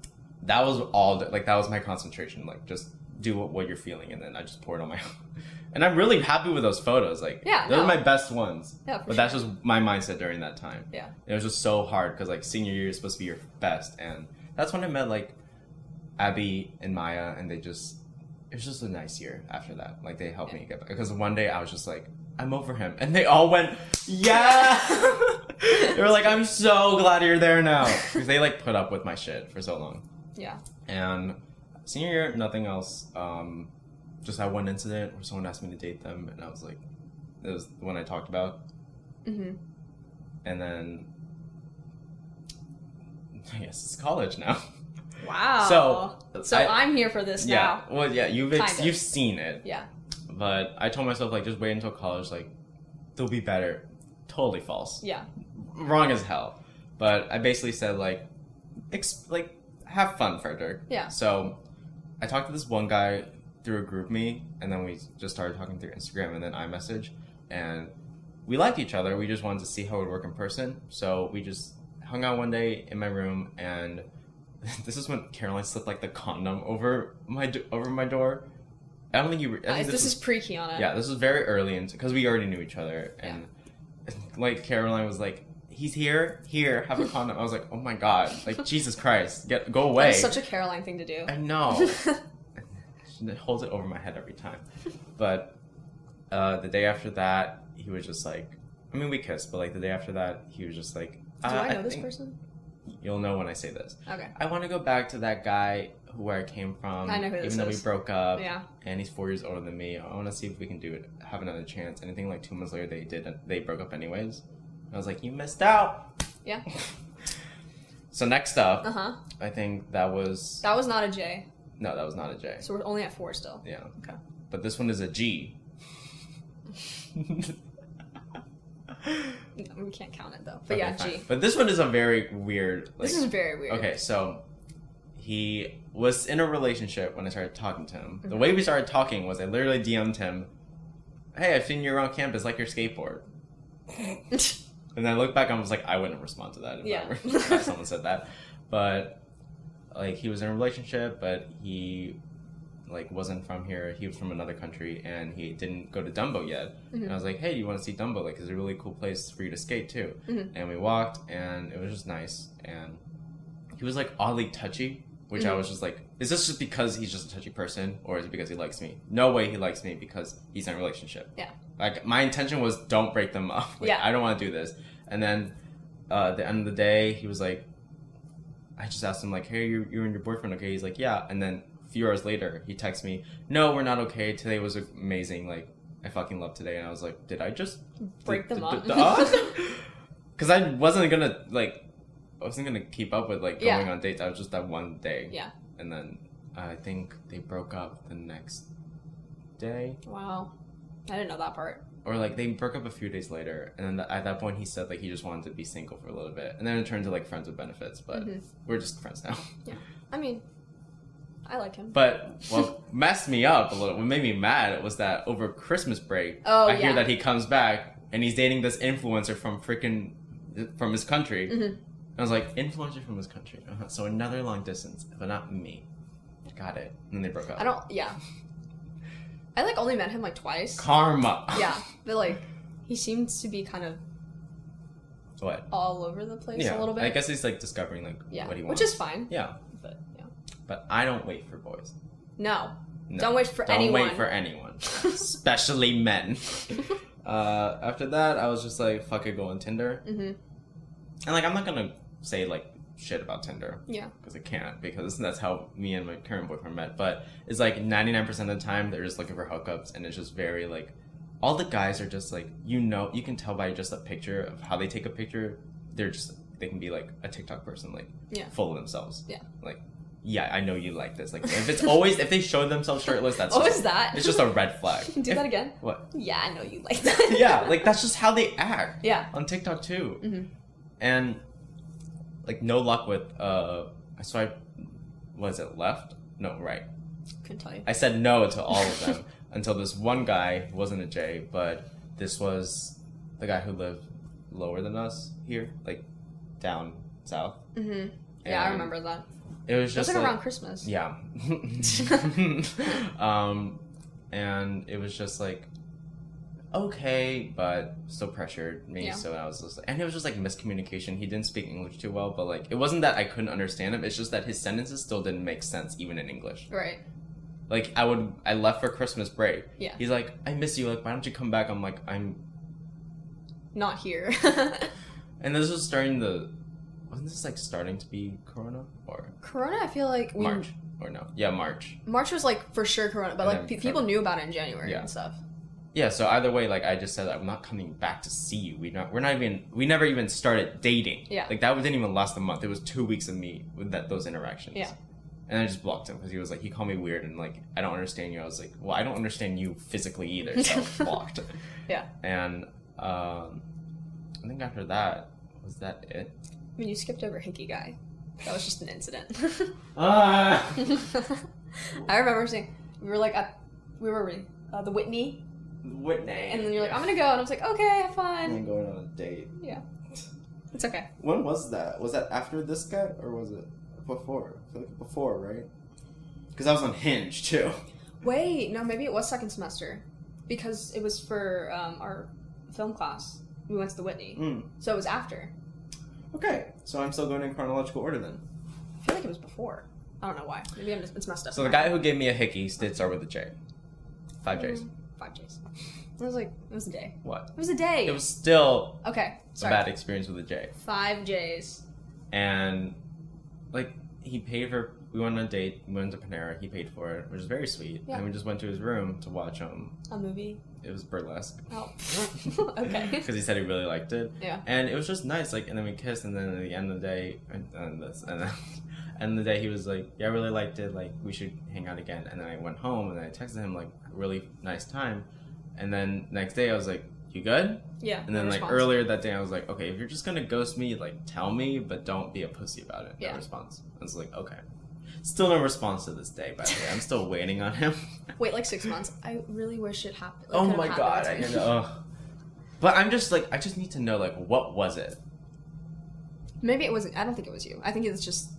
Speaker 2: That was all that- like that was my concentration, like just do what, what you're feeling, and then I just poured on my (laughs) own. And I'm really happy with those photos. Like,
Speaker 1: Yeah,
Speaker 2: those
Speaker 1: no.
Speaker 2: are my best ones.
Speaker 1: Yeah, for
Speaker 2: but that's just my mindset during that time.
Speaker 1: Yeah.
Speaker 2: it was just so hard because like senior year is supposed to be your best, and that's when I met like Abby and Maya, and they just it was just a nice year after that. Like they helped me get back because one day I was just like, I'm over him, and they all went, yeah. (laughs) they were like, I'm so glad you're there now because they like put up with my shit for so long.
Speaker 1: Yeah.
Speaker 2: And senior year, nothing else. Um, just that one incident where someone asked me to date them, and I was like, it was the one I talked about.
Speaker 1: Mm-hmm.
Speaker 2: And then, I guess it's college now.
Speaker 1: Wow.
Speaker 2: So,
Speaker 1: so
Speaker 2: I-
Speaker 1: I'm here for this
Speaker 2: yeah.
Speaker 1: now.
Speaker 2: Well, yeah, you've
Speaker 1: Kind
Speaker 2: ex-
Speaker 1: of.
Speaker 2: you've seen it,
Speaker 1: Yeah.
Speaker 2: but I told myself like just wait until college, like they'll be better. Totally false.
Speaker 1: Yeah.
Speaker 2: Wrong as hell. But I basically said like, ex- like have fun, Frederick.
Speaker 1: Yeah.
Speaker 2: So I talked to this one guy through a group me, and then we just started talking through Instagram and then iMessage, and we liked each other. We just wanted to see how it would work in person. So we just hung out one day in my room, and (laughs) this is when Caroline slipped like the condom over my do- over my door. I don't think you. Re- I
Speaker 1: Uh,
Speaker 2: think
Speaker 1: this is
Speaker 2: was-
Speaker 1: pre Kiana.
Speaker 2: yeah, this was very early into because we already knew each other, and (laughs) like Caroline was like, "He's here, here, have a condom." I was like, "Oh my god,
Speaker 1: (laughs)
Speaker 2: like Jesus Christ, get go away!"
Speaker 1: It's such a Caroline thing to do.
Speaker 2: I know.
Speaker 1: (laughs)
Speaker 2: she holds it over my head every time, but uh, the day after that, he was just like, I mean, we kissed, but like the day after that, he was just like,
Speaker 1: do
Speaker 2: "Uh,
Speaker 1: I know this
Speaker 2: think
Speaker 1: person?
Speaker 2: You'll know when I say this.
Speaker 1: Okay.
Speaker 2: I want to go back to that guy who where I came from.
Speaker 1: I know who
Speaker 2: even
Speaker 1: this
Speaker 2: though we
Speaker 1: is.
Speaker 2: broke up.
Speaker 1: Yeah.
Speaker 2: And he's four years older than me. I want to see if we can do it. Have another chance. Anything like two months later, they did. They broke up anyways. I was like, you missed out.
Speaker 1: Yeah.
Speaker 2: So next up,
Speaker 1: Uh huh.
Speaker 2: I think that was
Speaker 1: That was not a J.
Speaker 2: no, that was not a J.
Speaker 1: So we're only at four still.
Speaker 2: yeah.
Speaker 1: Okay.
Speaker 2: But this one is a G.
Speaker 1: No, we can't count it though. But yeah,
Speaker 2: Okay,
Speaker 1: G.
Speaker 2: fine. But this one is a very weird. Like,
Speaker 1: this is very weird.
Speaker 2: Okay, so he was in a relationship when I started talking to him. The way we started talking was I literally DM'd him, "Hey, I've seen you around campus, like your skateboard." and I looked back and I was like, I wouldn't respond to that if,
Speaker 1: Yeah.
Speaker 2: I were, if someone said that.
Speaker 1: (laughs)
Speaker 2: But like he was in a relationship, but he like wasn't from here. He was from another country, and he didn't go to Dumbo yet.
Speaker 1: Mm-hmm.
Speaker 2: And I was like, Hey, do you want to see Dumbo? Like, it's a really cool place for you to skate too.
Speaker 1: Mm-hmm.
Speaker 2: And we walked, and it was just nice. And he was like oddly touchy, which
Speaker 1: Mm-hmm.
Speaker 2: I was just like, Is this just because he's just a touchy person, or is it because he likes me? No way he likes me because he's in a relationship.
Speaker 1: Yeah.
Speaker 2: Like my intention was don't break them up. Like,
Speaker 1: Yeah.
Speaker 2: I don't want to do this. And then uh, at the end of the day, he was like, I just asked him like, hey, you you and your boyfriend okay? He's like, yeah. And then a few hours later, he texts me, no, we're not okay. Today was amazing. Like I fucking love today. And I was like, did I just
Speaker 1: Break them up. (laughs)
Speaker 2: (laughs) Because I wasn't gonna like, I wasn't gonna keep up with like
Speaker 1: Yeah.
Speaker 2: going on dates. I was just that one day.
Speaker 1: Yeah.
Speaker 2: And then I think they broke up the next day
Speaker 1: (laughs) Wow. I didn't know that part.
Speaker 2: or like they broke up a few days later and then th- at that point he said like he just wanted to be single for a little bit and then it turned to like friends with benefits but
Speaker 1: Mm-hmm.
Speaker 2: we're just friends now (laughs)
Speaker 1: Yeah. I mean, I like him.
Speaker 2: but what messed me up a little what made me mad was that over christmas break
Speaker 1: Oh,
Speaker 2: i
Speaker 1: yeah.
Speaker 2: hear that he comes back and he's dating this influencer from freaking from his country
Speaker 1: Mm-hmm.
Speaker 2: i was like influencer from his country uh-huh. so another long distance but not me got it and then they broke up
Speaker 1: I don't. Yeah. I like only met him like twice.
Speaker 2: karma
Speaker 1: Yeah, but like he seems to be kind of
Speaker 2: (laughs) what
Speaker 1: all over the place
Speaker 2: yeah
Speaker 1: a little bit.
Speaker 2: i guess he's like discovering like
Speaker 1: Yeah,
Speaker 2: what he
Speaker 1: which
Speaker 2: wants
Speaker 1: is fine.
Speaker 2: yeah
Speaker 1: But yeah.
Speaker 2: but i don't wait for boys
Speaker 1: No.
Speaker 2: No.
Speaker 1: Don't wait for
Speaker 2: Don't
Speaker 1: anyone.
Speaker 2: wait
Speaker 1: (laughs)
Speaker 2: for anyone, especially men. uh, after that, I was just like, "Fuck it, go on Tinder." Mm-hmm. And like, I'm not gonna say like shit about Tinder.
Speaker 1: Yeah.
Speaker 2: Because I can't, because that's how me and my current boyfriend met. But it's like 99% of the time they're just looking for hookups, and it's just very like, all the guys are just like, you know, you can tell by just a picture of how they take a picture. They're just they can be like a TikTok person, like
Speaker 1: Yeah.
Speaker 2: full of themselves.
Speaker 1: Yeah.
Speaker 2: Like yeah, I know you like this. Like, if it's always if they show themselves
Speaker 1: (laughs)
Speaker 2: shirtless, that's
Speaker 1: What
Speaker 2: just-
Speaker 1: was Oh, that?
Speaker 2: It's just a red flag.
Speaker 1: (laughs) Do
Speaker 2: If-
Speaker 1: that again.
Speaker 2: What?
Speaker 1: Yeah, I know you like that. (laughs)
Speaker 2: Yeah, like that's just how they act.
Speaker 1: Yeah. Mm-hmm.
Speaker 2: on TikTok too, and like no luck with uh. So I was it left? No, right.
Speaker 1: Couldn't tell you.
Speaker 2: I said no to all
Speaker 1: (laughs)
Speaker 2: of them until this one guy who wasn't a J, but this was the guy who lived lower than us here, like down south. Mm-hmm.
Speaker 1: yeah, I remember that.
Speaker 2: It was
Speaker 1: It was
Speaker 2: just
Speaker 1: like
Speaker 2: like-
Speaker 1: Mm. around Christmas. (laughs)
Speaker 2: yeah. um, and it was just like okay, but still pressured me.
Speaker 1: Yeah.
Speaker 2: So I was just, and it was just like miscommunication. He didn't speak English too well, but like it wasn't that I couldn't understand him. It's just that his sentences still didn't make sense even in English.
Speaker 1: Right.
Speaker 2: Like I would, I left for Christmas break.
Speaker 1: Yeah.
Speaker 2: He's like, I miss you. Like, why don't you come back? I'm like, I'm.
Speaker 1: Not here. (laughs)
Speaker 2: And this was starting the, wasn't this like starting to be Corona or
Speaker 1: corona, I feel like we
Speaker 2: March or no? Yeah, March.
Speaker 1: March was like for sure Corona, but
Speaker 2: And
Speaker 1: like
Speaker 2: then
Speaker 1: pe-
Speaker 2: Feb-
Speaker 1: people knew about it in January
Speaker 2: Yeah.
Speaker 1: and stuff.
Speaker 2: Yeah. So either way, like I just said, I'm not coming back to see you. We not, we're not even, we never even started dating.
Speaker 1: Yeah.
Speaker 2: Like that didn't even last a month. It was two weeks of me with that those interactions.
Speaker 1: Yeah.
Speaker 2: And I just blocked him because he was like, he called me weird and like, I don't understand you. I was like, well, I don't understand you physically either.
Speaker 1: (laughs)
Speaker 2: So I was blocked.
Speaker 1: Yeah.
Speaker 2: And um, I think after that, was that it?
Speaker 1: I mean, you skipped over Hickey guy. That was just an incident. (laughs)
Speaker 2: Ah!
Speaker 1: I remember seeing we were like at we were we? Uh, the Whitney,
Speaker 2: (laughs) Whitney.
Speaker 1: and then you're like, I'm gonna go, and I was like, okay, have fun.
Speaker 2: going on a date.
Speaker 1: Yeah, it's okay.
Speaker 2: When was that? Was that after this guy or was it before? I feel like before, right? Because I was on Hinge too.
Speaker 1: Wait, no, maybe it was second semester because it was for um, our film class. We went to the Whitney,
Speaker 2: Mm.
Speaker 1: so it was after.
Speaker 2: Okay, so I'm still going in chronological order then.
Speaker 1: I feel like it was before. I don't know why. Maybe I'm just, it's messed up.
Speaker 2: So the guy who gave me a hickey did start with a J. Five J's.
Speaker 1: five days. It was like it was a day.
Speaker 2: What?
Speaker 1: It was a day.
Speaker 2: It was still
Speaker 1: okay.
Speaker 2: a
Speaker 1: Sorry.
Speaker 2: bad experience with a J.
Speaker 1: Five J's.
Speaker 2: and like he paid for we went on a date we went to panera he paid for it which is very sweet
Speaker 1: Yeah.
Speaker 2: and we just went to his room to watch him
Speaker 1: A movie.
Speaker 2: it was burlesque (laughs)
Speaker 1: Oh. (laughs) okay.
Speaker 2: because he said he really liked it
Speaker 1: Yeah.
Speaker 2: and it was just nice like and then we kissed and then at the end of the day and, and this and then (laughs) end of the day he was like yeah i really liked it like we should hang out again and then i went home and i texted him like really nice time and then next day i was like you good
Speaker 1: Yeah.
Speaker 2: and then
Speaker 1: no
Speaker 2: like
Speaker 1: response.
Speaker 2: earlier that day, I was like, okay, if you're just gonna ghost me, like tell me, but don't be a pussy about it.
Speaker 1: Yeah.
Speaker 2: No response. I was like, okay. Still no response to this day. By the way, I'm still waiting on him. (laughs)
Speaker 1: Wait, like six months. I really wish it happened.
Speaker 2: oh my god, I know. Ugh. But I'm just like, I just need to know, like, what was it?
Speaker 1: Maybe it wasn't. I don't think it was you. I think it's just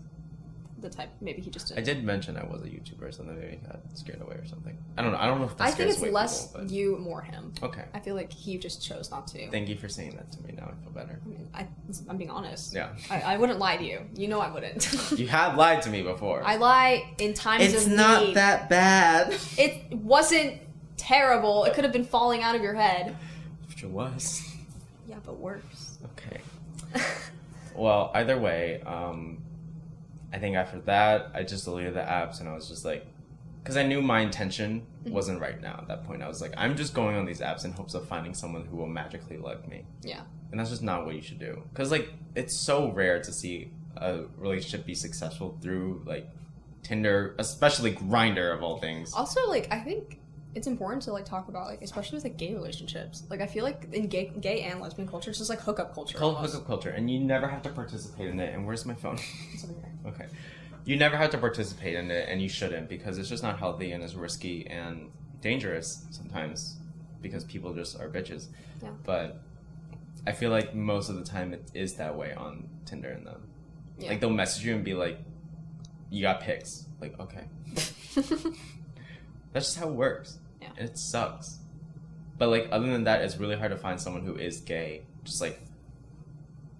Speaker 1: the type. Maybe he just
Speaker 2: I
Speaker 1: didn't.
Speaker 2: did mention I was a YouTuber, or something. Maybe I got scared away or something. I don't know. I don't know if that
Speaker 1: I think
Speaker 2: scares
Speaker 1: it's
Speaker 2: away
Speaker 1: less
Speaker 2: people, but-
Speaker 1: you, more him.
Speaker 2: Okay.
Speaker 1: I feel like he just chose not to.
Speaker 2: Thank you for saying that to me. Now I feel better.
Speaker 1: I mean, I, I'm being honest.
Speaker 2: Yeah.
Speaker 1: I, I wouldn't lie to you. You know I wouldn't.
Speaker 2: (laughs) You have lied to me before.
Speaker 1: (laughs) I lie in times
Speaker 2: it's
Speaker 1: of
Speaker 2: not
Speaker 1: need.
Speaker 2: that bad. (laughs)
Speaker 1: It wasn't terrible. It could have been falling out of your head.
Speaker 2: Which it was.
Speaker 1: Yeah, but worse.
Speaker 2: Okay. well, either way, um, I think after that, I just deleted the apps and I was just like, because I knew my intention wasn't right now at that point. I was like, I'm just going on these apps in hopes of finding someone who will magically love me.
Speaker 1: Yeah.
Speaker 2: And that's just not what you should do. Because, like, it's so rare to see a relationship be successful through, like, Tinder, especially Grinder of all things.
Speaker 1: Also, like I think it's important to like talk about like especially with like gay relationships. Like I feel like in gay, gay and lesbian culture, it's just like hookup culture.
Speaker 2: Call it hookup culture, and you never have to participate in it. And where's my phone? (laughs)
Speaker 1: It's over here.
Speaker 2: Okay. You never have to participate in it, and you shouldn't because it's just not healthy and it's risky and dangerous sometimes because people just are bitches.
Speaker 1: Yeah.
Speaker 2: But I feel like most of the time it is that way on Tinder and them.
Speaker 1: Yeah.
Speaker 2: Like they'll message you and be like, "You got pics."
Speaker 1: (laughs)
Speaker 2: Like, okay. That's just how it works.
Speaker 1: Yeah.
Speaker 2: And it sucks. But like, other than that, it's really hard to find someone who is gay. Just like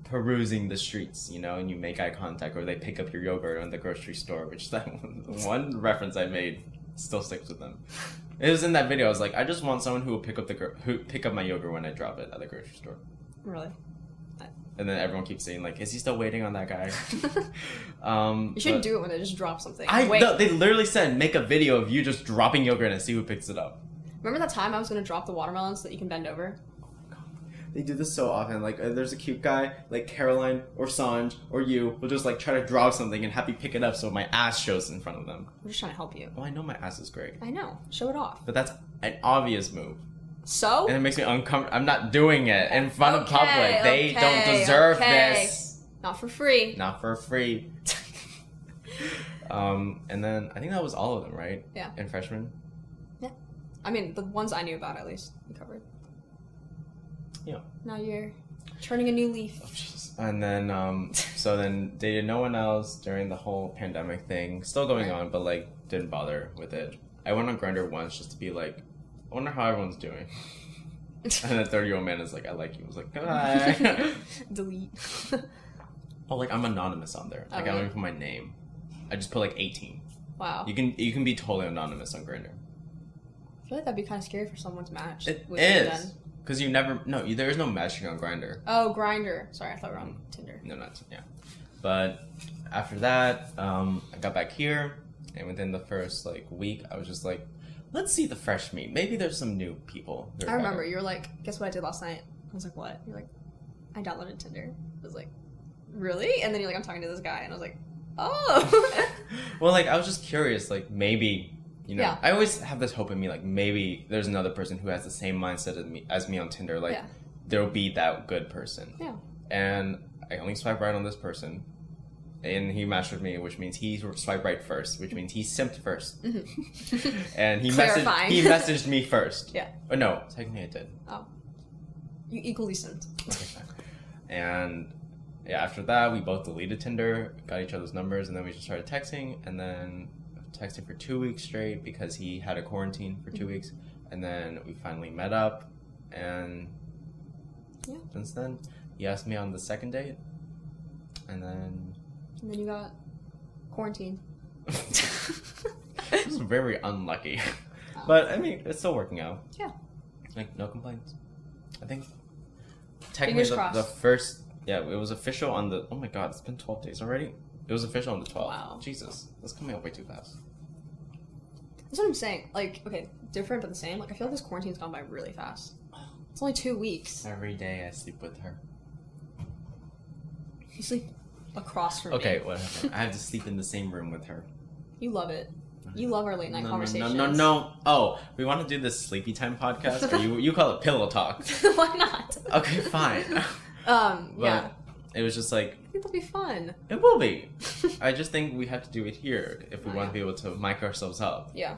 Speaker 2: perusing the streets, you know, and you make eye contact, or they pick up your yogurt in the grocery store, which that (laughs) one, one reference I made still sticks with them. It was in that video. I was like, I just want someone who will pick up the gro- who pick up my yogurt when I drop it at the grocery store.
Speaker 1: really.
Speaker 2: And then everyone keeps saying like, "Is he still waiting on that guy?" um,
Speaker 1: You shouldn't
Speaker 2: but-
Speaker 1: do it when they just drop something.
Speaker 2: I
Speaker 1: Wait,
Speaker 2: no, they literally said make a video of you just dropping yogurt and see who picks it up.
Speaker 1: remember that time I was gonna drop the watermelon so that you can bend over?
Speaker 2: they do this so often. Like, uh, there's a cute guy, like Caroline or Sanj or you, will just like try to draw something and have me pick it up so my ass shows in front of them.
Speaker 1: I'm just trying to help you.
Speaker 2: Oh, I know my ass is great,
Speaker 1: I know. Show it off.
Speaker 2: but that's an obvious move,
Speaker 1: So
Speaker 2: and it makes me uncomfortable. I'm not doing it in front of
Speaker 1: Okay,
Speaker 2: public. They don't
Speaker 1: okay,
Speaker 2: deserve
Speaker 1: okay.
Speaker 2: this.
Speaker 1: not for free.
Speaker 2: Not for free. um, and then I think that was all of them, right?
Speaker 1: Yeah.
Speaker 2: In freshman.
Speaker 1: Yeah. (laughs) I mean, the ones I knew about at least we covered.
Speaker 2: Yeah.
Speaker 1: Now you're turning a new leaf.
Speaker 2: (laughs) Jeez. And then, um, so then dated no one else during the whole pandemic thing. Still going on, but like didn't bother with it. I went on Grinder once just to be like, I wonder how
Speaker 1: (laughs)
Speaker 2: everyone's doing. and a 30 year old man is like, I like you. I was like, hi.
Speaker 1: Delete.
Speaker 2: oh, like I'm anonymous on there. Like I don't
Speaker 1: really?
Speaker 2: even put my name. I just put like 18.
Speaker 1: (laughs) wow.
Speaker 2: You can you can be totally anonymous on Grinder.
Speaker 1: I feel like that'd be kind of scary for someone to match.
Speaker 2: It
Speaker 1: with you
Speaker 2: is
Speaker 1: then.
Speaker 2: because you never no you, there is no matching on Grinder.
Speaker 1: Oh, grinder. Sorry, I thought we were on Tinder.
Speaker 2: No, not yeah. But after that, um, I got back here, and within the first like week, I was just like, let's see the fresh meat. Maybe there's some new people. that are
Speaker 1: I remember
Speaker 2: better."
Speaker 1: you were like, "Guess what I did last night?" I was like, "What?" You're like, "I downloaded Tinder." I was like, "Really?" And then you're like, "I'm talking to this guy," and I was like, "Oh." (laughs)
Speaker 2: (laughs) Well, like I was just curious, like maybe you know,
Speaker 1: Yeah.
Speaker 2: I always have this hope in me, like maybe there's another person who has the same mindset as me as me on Tinder. Like
Speaker 1: Yeah.
Speaker 2: there'll be that good person.
Speaker 1: yeah.
Speaker 2: and I only swipe right on this person. And he matched with me, which means he swiped right first, which means he simped 1st (laughs) and he messaged,
Speaker 1: Mm-hmm. Clarifying.
Speaker 2: he messaged me
Speaker 1: (laughs)
Speaker 2: first.
Speaker 1: Yeah.
Speaker 2: Or no, technically I did.
Speaker 1: Oh. You equally simped.
Speaker 2: And yeah, after that, we both deleted Tinder, got each other's numbers, and then we just started texting. And then texting for two weeks straight because he had a quarantine for 2
Speaker 1: Mm-hmm.
Speaker 2: weeks. And then we finally met up. And
Speaker 1: Yeah.
Speaker 2: since then, he asked me on the second date. And then
Speaker 1: And then you got quarantined.
Speaker 2: This is very
Speaker 1: (laughs)
Speaker 2: unlucky. But I mean, it's still working out.
Speaker 1: Yeah.
Speaker 2: Like no complaints. I think technically
Speaker 1: Fingers
Speaker 2: the,
Speaker 1: crossed.
Speaker 2: the first yeah, it was official on the oh my god, it's been twelve days already. It was official on the twelfth.
Speaker 1: Wow.
Speaker 2: Jesus. That's coming up way too fast.
Speaker 1: That's what I'm saying. Like, okay, different but the same. Like, I feel like this quarantine's gone by really fast. It's only two weeks.
Speaker 2: Every day I sleep with her.
Speaker 1: You sleep across from me.
Speaker 2: Okay,
Speaker 1: (laughs)
Speaker 2: whatever. I have to sleep in the same room with her.
Speaker 1: You love it. You love our late night
Speaker 2: No, no, no,
Speaker 1: conversations.
Speaker 2: no, (laughs) no, Oh, we want to do this sleepy time
Speaker 1: (laughs)
Speaker 2: podcast, or you you call it pillow talk.
Speaker 1: Why not?
Speaker 2: Okay, fine.
Speaker 1: Um,
Speaker 2: But
Speaker 1: yeah.
Speaker 2: it was just like
Speaker 1: I think that'll be fun.
Speaker 2: It
Speaker 1: (laughs)
Speaker 2: will be. I just think we have to do it here if
Speaker 1: Oh,
Speaker 2: we want to be able to mic ourselves up.
Speaker 1: Yeah.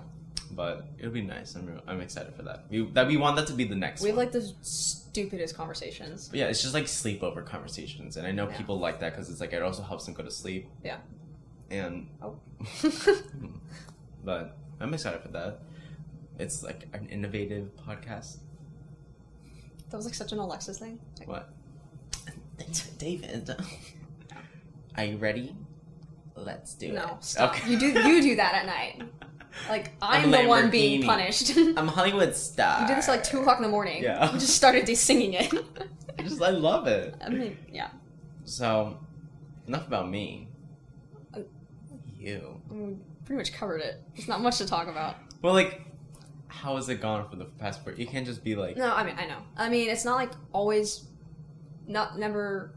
Speaker 2: But it'll be nice. I'm, I'm excited for that. We, that we want that to be the next
Speaker 1: We have
Speaker 2: one.
Speaker 1: like the stupidest conversations.
Speaker 2: But yeah, it's just like sleepover conversations, and I know people like that because it's like it also helps them go to sleep.
Speaker 1: Yeah.
Speaker 2: And
Speaker 1: Oh.
Speaker 2: (laughs)
Speaker 1: (laughs)
Speaker 2: but I'm excited for that. It's like an innovative podcast.
Speaker 1: That was like such an Alexis thing. Like,
Speaker 2: What? David, (laughs) are you ready? Let's do it.
Speaker 1: no, stop.
Speaker 2: Okay.
Speaker 1: You do you do that at night. Like
Speaker 2: (laughs)
Speaker 1: I'm the one being
Speaker 2: Lamborghini.
Speaker 1: punished. (laughs) you
Speaker 2: (laughs) I'm a Hollywood star.
Speaker 1: did this at like two o'clock in the morning.
Speaker 2: Yeah.
Speaker 1: You just started de- singing it. (laughs)
Speaker 2: I (laughs) just I love it.
Speaker 1: I mean, yeah.
Speaker 2: So, enough about me.
Speaker 1: Uh,
Speaker 2: You.
Speaker 1: I mean, we pretty much covered it. There's not much to talk about.
Speaker 2: Well, like, how has it gone for the past four? You can't just be like,
Speaker 1: No, I mean I know. I mean it's not like always, not never.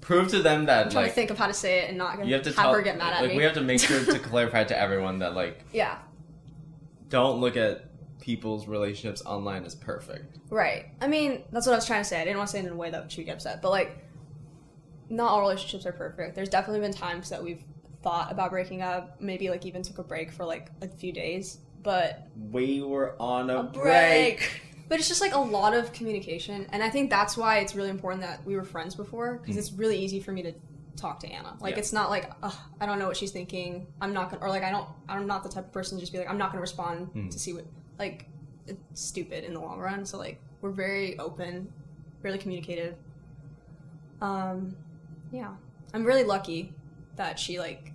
Speaker 2: prove to them
Speaker 1: I'm
Speaker 2: that
Speaker 1: trying
Speaker 2: like
Speaker 1: to think of how to say it and not gonna
Speaker 2: you have to
Speaker 1: have
Speaker 2: tell,
Speaker 1: her get mad at
Speaker 2: like,
Speaker 1: me.
Speaker 2: We have to make
Speaker 1: (laughs)
Speaker 2: sure to clarify to everyone that like
Speaker 1: yeah.
Speaker 2: don't look at people's relationships online as perfect.
Speaker 1: Right. I mean, that's what I was trying to say. I didn't want to say it in a way that she would get upset, but like, not all relationships are perfect. There's definitely been times that we've thought about breaking up, maybe like even took a break for like a few days, but
Speaker 2: We were on a,
Speaker 1: But it's just like a lot of communication, and I think that's why it's really important that we were friends before, because it's really easy for me to talk to Anna. Like
Speaker 2: Mm-hmm. Yeah.
Speaker 1: it's not like Ugh, I don't know what she's thinking. I'm not gonna, or like I don't. I'm not the type of person to just be like I'm not gonna respond
Speaker 2: Mm.
Speaker 1: to see what like it's stupid in the long run. So like we're very open, really communicative. Um, yeah, I'm really lucky that she like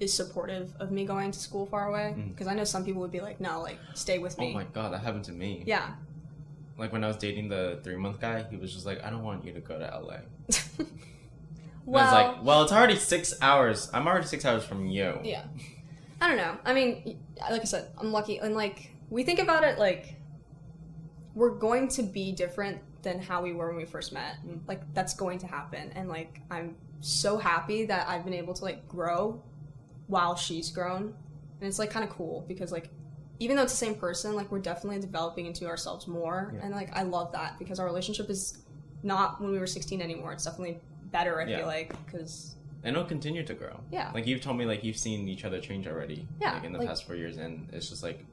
Speaker 1: is supportive of me going to school far away because I know some people would be like, no, like stay with me.
Speaker 2: Mm. Oh my god, that happened to me.
Speaker 1: Yeah.
Speaker 2: Like when I was dating the three month guy, he was just like, I don't want you to go to LA.
Speaker 1: Well,
Speaker 2: I was like, well, it's already six hours. I'm already six hours from you.
Speaker 1: yeah. I don't know. I mean, y- like I said, I'm lucky, and like we think about it like we're going to be different than how we were when we first met. Like that's going to happen, and like I'm so happy that I've been able to like grow while she's grown, and it's like kind of cool because like even though it's the same person, like we're definitely developing into ourselves more, and like I love that because our relationship is not when we were 16 anymore. It's definitely better. I
Speaker 2: Yeah.
Speaker 1: feel like because
Speaker 2: and it'll continue to grow.
Speaker 1: Yeah.
Speaker 2: Like you've told me, like you've seen each other change already.
Speaker 1: Yeah,
Speaker 2: Like in the
Speaker 1: like-
Speaker 2: past four years, and it's just like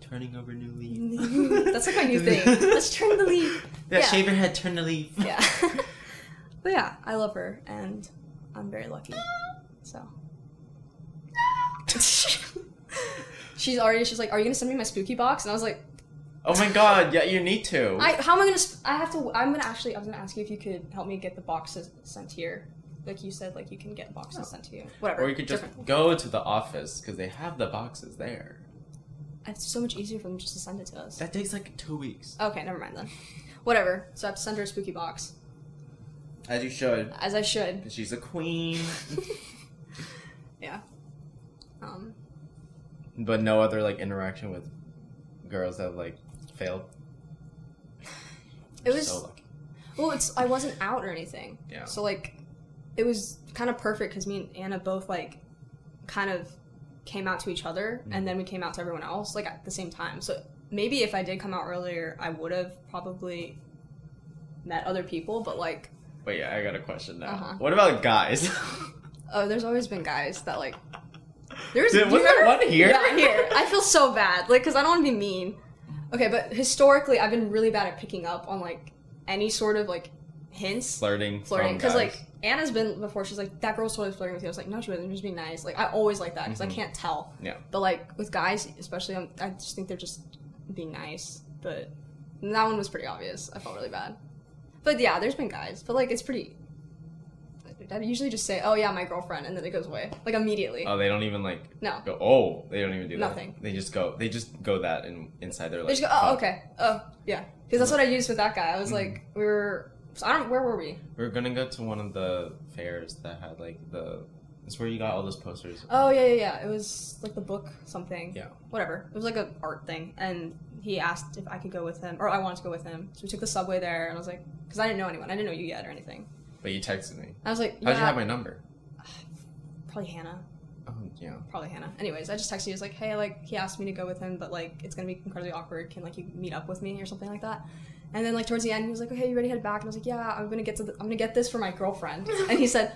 Speaker 2: turning over new leaves.
Speaker 1: that's like my new thing. Let's turn the leaf.
Speaker 2: That
Speaker 1: Yeah.
Speaker 2: shave your head, turn the leaf.
Speaker 1: Yeah. (laughs) but yeah, I love her and I'm very lucky. So. (laughs) she's already, she's like, Are you going to send me my spooky box? And I was like,
Speaker 2: (laughs) Oh my god, yeah, you need to.
Speaker 1: I, How am I going to? Sp- I have to, I'm going to actually, I was going to ask you if you could help me get the boxes sent here. Like you said, like you can get boxes sent to you. Whatever.
Speaker 2: Oh. or you could just
Speaker 1: different.
Speaker 2: go to the office because they have the boxes there.
Speaker 1: It's so much easier for them just to send it to us.
Speaker 2: That takes like two weeks.
Speaker 1: Okay, never mind then. Whatever. So I have to send her a spooky box,
Speaker 2: As you should.
Speaker 1: as I should.
Speaker 2: 'cause She's a queen.
Speaker 1: Yeah. Um.
Speaker 2: but no other like interaction with girls that have like failed.
Speaker 1: It was
Speaker 2: so lucky.
Speaker 1: Well, it's I wasn't out or anything.
Speaker 2: Yeah.
Speaker 1: So like, it was kind of perfect because me and Anna both like, kind of, came out to each other, and then we came out to everyone else like at the same time. So maybe if I did come out earlier, I would have probably met other people. But like,
Speaker 2: But yeah, I got a question now.
Speaker 1: Uh-huh.
Speaker 2: What about guys? (laughs)
Speaker 1: oh, there's always been guys that like. There's
Speaker 2: Dude,
Speaker 1: you
Speaker 2: wasn't there
Speaker 1: remember?
Speaker 2: one here?
Speaker 1: Yeah, here. I feel so bad, like, cause I don't want to be mean. Okay, but historically, I've been really bad at picking up on like any sort of like hints.
Speaker 2: flirting.
Speaker 1: flirting
Speaker 2: because
Speaker 1: because like Anna's been before. She's like that girl's totally flirting with you. I was like, no, she wasn't. She was being nice. Like I always like that because I can't tell.
Speaker 2: Mm-hmm. Yeah.
Speaker 1: But like with guys, especially, i I just think they're just being nice. But that one was pretty obvious. I felt really bad. But yeah, there's been guys. But like it's pretty. I usually just say, oh yeah, my girlfriend, and then it goes away like immediately.
Speaker 2: Oh, they don't even like.
Speaker 1: No.
Speaker 2: Go, oh, they don't even do that.
Speaker 1: Nothing.
Speaker 2: They just go. They just go that and inside their. Like,
Speaker 1: They just go, oh
Speaker 2: thought.
Speaker 1: okay, oh yeah, because that's what I used with that guy.
Speaker 2: Mm-hmm.
Speaker 1: I was like, we were. so I don't. Where were we?
Speaker 2: We We're gonna go to one of the fairs that had like the. It's where you got all those posters.
Speaker 1: Oh yeah, yeah, yeah. It was like the book something.
Speaker 2: Yeah.
Speaker 1: Whatever. It was like an art thing, and he asked if I could go with him, or I wanted to go with him. So we took the subway there, and I was like, because I didn't know anyone, I didn't know you yet or anything.
Speaker 2: But you texted me.
Speaker 1: I was like, yeah,
Speaker 2: How'd you have my number?
Speaker 1: probably Hannah,
Speaker 2: Oh yeah.
Speaker 1: probably Hannah. Anyways, I just texted you. I was like, hey, like he asked me to go with him, but like it's gonna be incredibly awkward. Can like you meet up with me or something like that? And then like towards the end, he was like, okay, you ready to head back? And I was like, yeah, I'm gonna get to, the, I'm gonna get this for my girlfriend. and he said,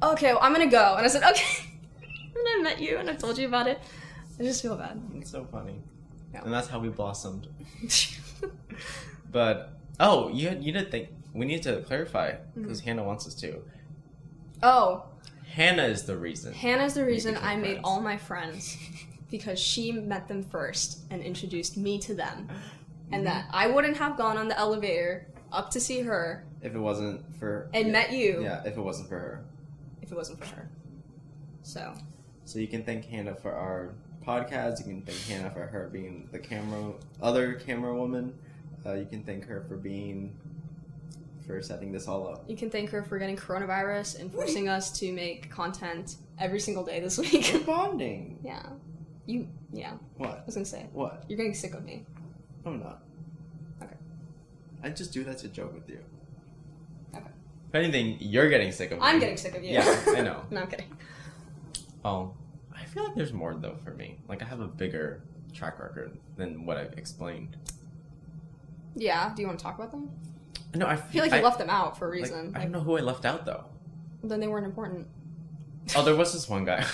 Speaker 1: okay, well, I'm gonna go. And I said, okay. (laughs) and I met you, and I told you about it. I just feel bad. (laughs)
Speaker 2: It's so funny.
Speaker 1: Yeah.
Speaker 2: And that's how we blossomed. But oh, you you did think we need to clarify
Speaker 1: Mm-hmm.
Speaker 2: because Hannah wants us to.
Speaker 1: oh,
Speaker 2: Hannah is the reason.
Speaker 1: Hannah's the reason
Speaker 2: became
Speaker 1: I made
Speaker 2: friends.
Speaker 1: all my friends because she met them first and introduced me to them. And that I wouldn't have gone on the elevator up to see her
Speaker 2: if it wasn't for
Speaker 1: and
Speaker 2: yeah.
Speaker 1: met you
Speaker 2: Yeah, if it wasn't for her.
Speaker 1: if it wasn't for her. So,
Speaker 2: So you can thank Hannah for our podcast. You can thank Hannah for her being the camera, other camera woman. Uh, you can thank her for being, for setting this all up.
Speaker 1: you can thank her for getting coronavirus and forcing us to make content every single day this (laughs) week.
Speaker 2: We're bonding.
Speaker 1: yeah. You, yeah. I
Speaker 2: What?
Speaker 1: was gonna say,
Speaker 2: What?
Speaker 1: you're getting sick of me.
Speaker 2: I'm not.
Speaker 1: Okay.
Speaker 2: I just do that to joke with you.
Speaker 1: Okay.
Speaker 2: If anything, you're getting sick of me.
Speaker 1: I'm getting sick of you.
Speaker 2: Yeah, I know.
Speaker 1: (laughs) no, I'm kidding.
Speaker 2: Oh, I feel like there's more though for me. Like I have a bigger track record than what I've explained.
Speaker 1: Yeah, do you want to talk about them?
Speaker 2: No, I
Speaker 1: I feel like you left them out for a
Speaker 2: like,
Speaker 1: reason.
Speaker 2: I
Speaker 1: Like,
Speaker 2: don't know who I left out though.
Speaker 1: then they weren't important. (laughs)
Speaker 2: Oh, there was this one guy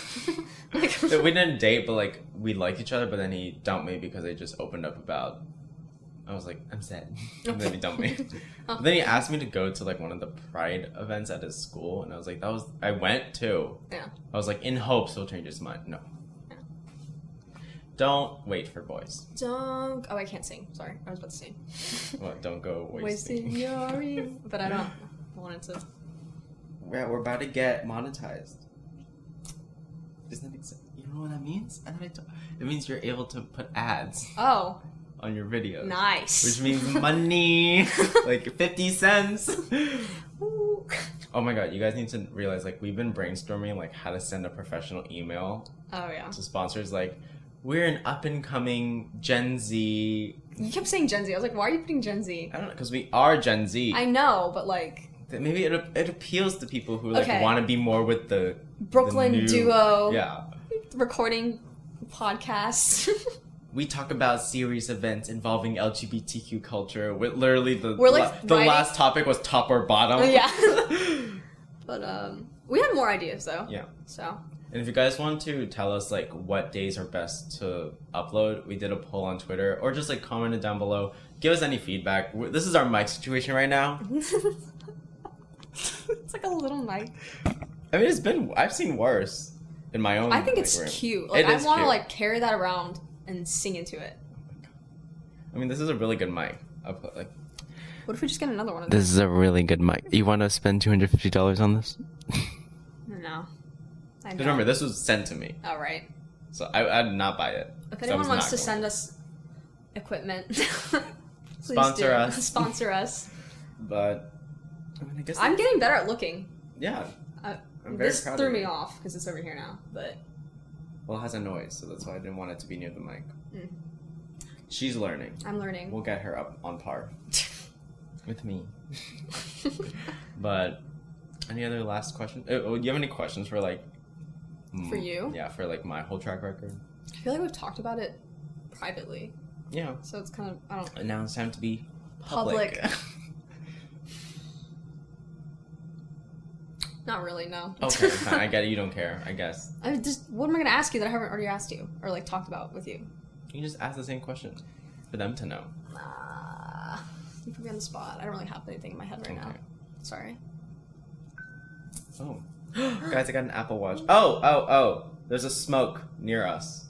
Speaker 1: Like-
Speaker 2: that we didn't date, but like we liked each other. But then he dumped me because I just opened up about. I was like, I'm sad. (laughs) And then he dumped me. (laughs) But then he asked me to go to like one of the pride events at his school, and I was like, that was I went too.
Speaker 1: (laughs) Yeah.
Speaker 2: I was like, in hopes he'll change his mind. No. Don't wait for boys.
Speaker 1: Don't. Oh, I can't sing. Sorry, I was about to sing.
Speaker 2: Well, don't go wasting.
Speaker 1: Wasting your
Speaker 2: (laughs)
Speaker 1: youth, but I don't want it to.
Speaker 2: Yeah, we're about to get monetized. Doesn't that make sense? You know what that means? I thought I told- it means you're able to put ads
Speaker 1: Oh,
Speaker 2: on your videos. Which
Speaker 1: nice.
Speaker 2: means
Speaker 1: (laughs)
Speaker 2: money, like 50 cents.
Speaker 1: Ooh.
Speaker 2: Oh my god, you guys need to realize like we've been brainstorming like how to send a professional email
Speaker 1: Oh yeah.
Speaker 2: to sponsors like we're an up and coming Gen Z.
Speaker 1: You kept saying Gen Z. I was like, why are you putting Gen Z?
Speaker 2: I don't know because we are Gen Z.
Speaker 1: I know, but like
Speaker 2: That Maybe it it appeals to people who like
Speaker 1: Okay.
Speaker 2: want to be more with the the
Speaker 1: Brooklyn
Speaker 2: new-
Speaker 1: duo.
Speaker 2: Yeah,
Speaker 1: recording podcasts. (laughs)
Speaker 2: we talk about serious events involving LGBTQ culture. With literally the
Speaker 1: We're, like,
Speaker 2: la- the
Speaker 1: writing-
Speaker 2: last topic was top or bottom.
Speaker 1: yeah. but um we had more ideas though.
Speaker 2: yeah.
Speaker 1: So
Speaker 2: And if you guys want to tell us like what days are best to upload, we did a poll on Twitter or just like comment it down below. Give us any feedback. We're- This is our mic situation right now.
Speaker 1: Mm-hmm. it's like a little mic.
Speaker 2: I mean, it's been I've seen worse in my own.
Speaker 1: I think it's
Speaker 2: room.
Speaker 1: cute. Like
Speaker 2: It
Speaker 1: I
Speaker 2: is
Speaker 1: want to
Speaker 2: cute.
Speaker 1: like carry that around and sing into it.
Speaker 2: I mean, this is a really good mic. I'll put, like,
Speaker 1: What if we just get another one of those?
Speaker 2: this is a really good mic. You want to spend two hundred fifty dollars on this?
Speaker 1: No. I know.
Speaker 2: Remember, this was sent to me,
Speaker 1: All right.
Speaker 2: so I, I did not buy it.
Speaker 1: If
Speaker 2: So I
Speaker 1: anyone
Speaker 2: was
Speaker 1: wants
Speaker 2: not
Speaker 1: to
Speaker 2: going.
Speaker 1: send us equipment, (laughs) please
Speaker 2: Sponsor
Speaker 1: do.
Speaker 2: us.
Speaker 1: (laughs) Sponsor us.
Speaker 2: but I mean, I guess
Speaker 1: I'm getting better at looking.
Speaker 2: yeah.
Speaker 1: Uh,
Speaker 2: I'm very
Speaker 1: this
Speaker 2: proud
Speaker 1: threw
Speaker 2: of
Speaker 1: me
Speaker 2: you.
Speaker 1: off because it's over here now. But
Speaker 2: Well, it has a noise, so that's why I didn't want it to be near the mic.
Speaker 1: Mm.
Speaker 2: She's learning.
Speaker 1: I'm learning.
Speaker 2: We'll get her up
Speaker 1: (laughs)
Speaker 2: on par with me. but any other last question? Uh, oh, do you have any questions for like
Speaker 1: For
Speaker 2: mm,
Speaker 1: you?
Speaker 2: Yeah, for like my whole track record.
Speaker 1: I feel like we've talked about it privately,
Speaker 2: Yeah.
Speaker 1: so it's kind of I don't.
Speaker 2: And now it's time to be public.
Speaker 1: Public. Not really. No.
Speaker 2: (laughs)
Speaker 1: (laughs)
Speaker 2: okay, fine, I get it. You don't care, I guess.
Speaker 1: I just what am I gonna ask you that I haven't already asked you or like talked about with you?
Speaker 2: You just ask the same question for them to know.
Speaker 1: Uh, you put me on the spot. I don't really have anything in my head right now.
Speaker 2: Okay.
Speaker 1: Sorry.
Speaker 2: Oh, (gasps) guys, I got an Apple Watch. Oh, oh, oh! There's a smoke near us.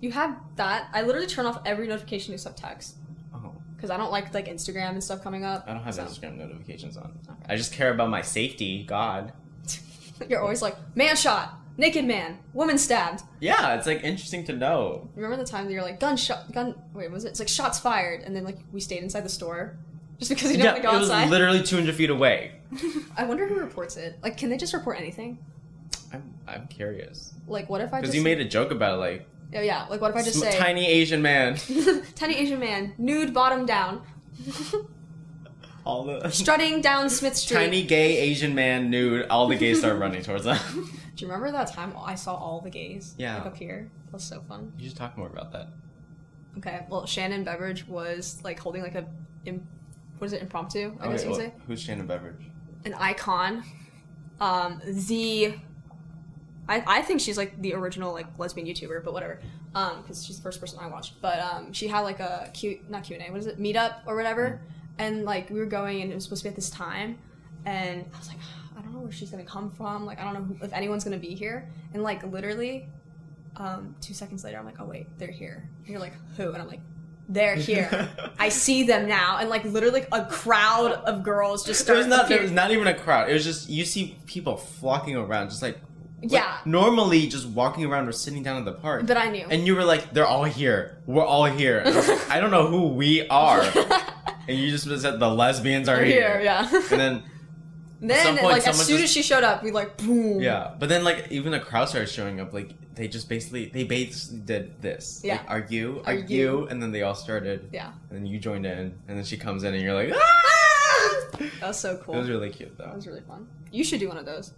Speaker 1: You have that. I literally turn off every notification except text
Speaker 2: Oh.
Speaker 1: because I don't like like Instagram and stuff coming up.
Speaker 2: I don't have
Speaker 1: so.
Speaker 2: Instagram notifications on. I just care about my safety. God.
Speaker 1: (laughs) You're always like man shot, naked man, woman stabbed.
Speaker 2: Yeah, it's like interesting to know.
Speaker 1: Remember the time that you're like gunshot, gun. Wait, was it? It's like shots fired, and then like we stayed inside the store just because you
Speaker 2: Yeah,
Speaker 1: didn't
Speaker 2: it
Speaker 1: want to
Speaker 2: was
Speaker 1: go outside.
Speaker 2: literally 200 feet away.
Speaker 1: I wonder who reports it. Like, can they just report anything?
Speaker 2: I'm, I'm curious
Speaker 1: Like, what if I
Speaker 2: because
Speaker 1: just
Speaker 2: you made a joke about like
Speaker 1: Oh, yeah, like what if I just
Speaker 2: sm-
Speaker 1: say
Speaker 2: tiny Asian man.
Speaker 1: (laughs) tiny Asian man, nude bottom down,
Speaker 2: All the
Speaker 1: strutting down Smith Street.
Speaker 2: tiny gay Asian man nude. All the gays start running towards us.
Speaker 1: (laughs) Do you remember that time I saw all the gays?
Speaker 2: Yeah.
Speaker 1: Like up here. That was so fun.
Speaker 2: you should talk more about that.
Speaker 1: Okay. Well, Shannon Beveridge was like holding like a, Im- what is it, impromptu? I guess
Speaker 2: Okay,
Speaker 1: you would
Speaker 2: well,
Speaker 1: say
Speaker 2: who's Shannon Beveridge?
Speaker 1: an icon. Um, the. I, I think she's like the original like lesbian YouTuber, but whatever, because she's the first person I watched. But um, she had like a cute not Q and A, what is it, meetup or whatever, and like we were going and it was supposed to be at this time, and I was like, "Ah, I don't know where she's gonna come from, like I don't know who, if anyone's gonna be here, and like literally, um, two seconds later I'm like, oh wait, they're here. And you're like, who? And I'm like, they're here. I see them now, and like literally like, a crowd of girls just
Speaker 2: There
Speaker 1: started.
Speaker 2: was not. There was not even a crowd. It was just you see people flocking around, just like like,
Speaker 1: Yeah.
Speaker 2: normally, just walking around or sitting down in the park.
Speaker 1: But I knew.
Speaker 2: And you were like, "They're all here. We're all here." And I, was like, I don't know who we
Speaker 1: (laughs)
Speaker 2: are. and you just said the lesbians are here.
Speaker 1: here, yeah.
Speaker 2: And
Speaker 1: (laughs)
Speaker 2: then
Speaker 1: then,
Speaker 2: some point,
Speaker 1: like as
Speaker 2: someone
Speaker 1: soon
Speaker 2: just-
Speaker 1: as she showed up, we like boom.
Speaker 2: yeah, but then like even the crowd started showing up. Like they just basically they basically did this.
Speaker 1: Yeah.
Speaker 2: Like, are you? Are,
Speaker 1: Are
Speaker 2: you?
Speaker 1: you?
Speaker 2: And then they all started.
Speaker 1: Yeah.
Speaker 2: And then you joined in, and then she comes in, and you're like, "Ah!" It
Speaker 1: That was so cool.
Speaker 2: was really cute
Speaker 1: that
Speaker 2: though.
Speaker 1: was really fun. You should do one of those.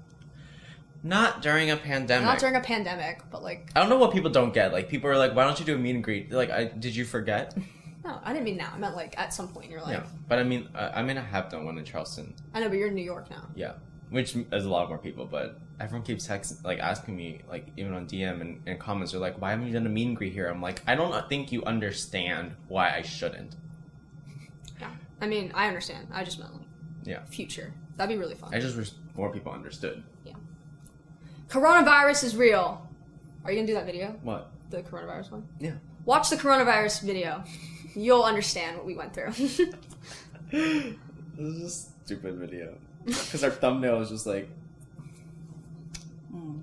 Speaker 2: Not during a pandemic.
Speaker 1: Not during a pandemic, but like
Speaker 2: I don't know what people don't get. Like people are like, "Why don't you do a meet and greet?" They're like, I, "Did you forget?"
Speaker 1: no, I didn't mean now. I meant like at some point in your life.
Speaker 2: Yeah, but I mean, I, I mean, I have done one in Charleston.
Speaker 1: I know, but you're in New York now.
Speaker 2: Yeah, which is a lot more people, but everyone keeps texting, like asking me, like even on DM and, and comments, they're like, "Why haven't you done a meet and greet here?" I'm like, I don't think you understand why I shouldn't.
Speaker 1: Yeah. I mean, I understand. I just meant like
Speaker 2: Yeah,
Speaker 1: future. That'd be really fun.
Speaker 2: I just wish more people understood.
Speaker 1: Coronavirus is real. Are you gonna do that video?
Speaker 2: What?
Speaker 1: The coronavirus one?
Speaker 2: Yeah.
Speaker 1: Watch the coronavirus video. You'll understand what we went through. (laughs)
Speaker 2: This is a stupid video because our thumbnail is just like, hmm.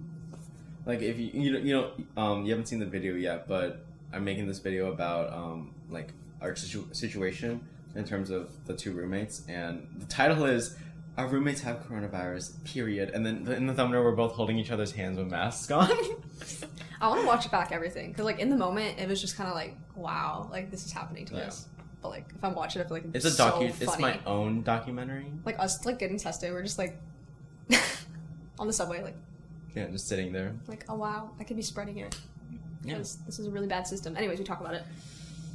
Speaker 2: like if you you know, you know um you haven't seen the video yet, but I'm making this video about um like our situ- situation in terms of the two roommates, and the title is "Our roommates have (laughs) coronavirus." Period, and then in the thumbnail we're both holding each other's hands with masks on.
Speaker 1: I want to watch back everything because, like, in the moment, it was just kind of like, wow, like this is happening to
Speaker 2: Yeah.
Speaker 1: us. But like, if I watch it, I feel like
Speaker 2: It's a
Speaker 1: so
Speaker 2: docu.
Speaker 1: funny.
Speaker 2: it's my own documentary.
Speaker 1: like us like getting tested. We're just like (laughs) on the subway, like
Speaker 2: Yeah, just sitting there.
Speaker 1: like oh wow, I could be spreading it.
Speaker 2: Yeah.
Speaker 1: 'Cause This is a really bad system. Anyways, we talk about it.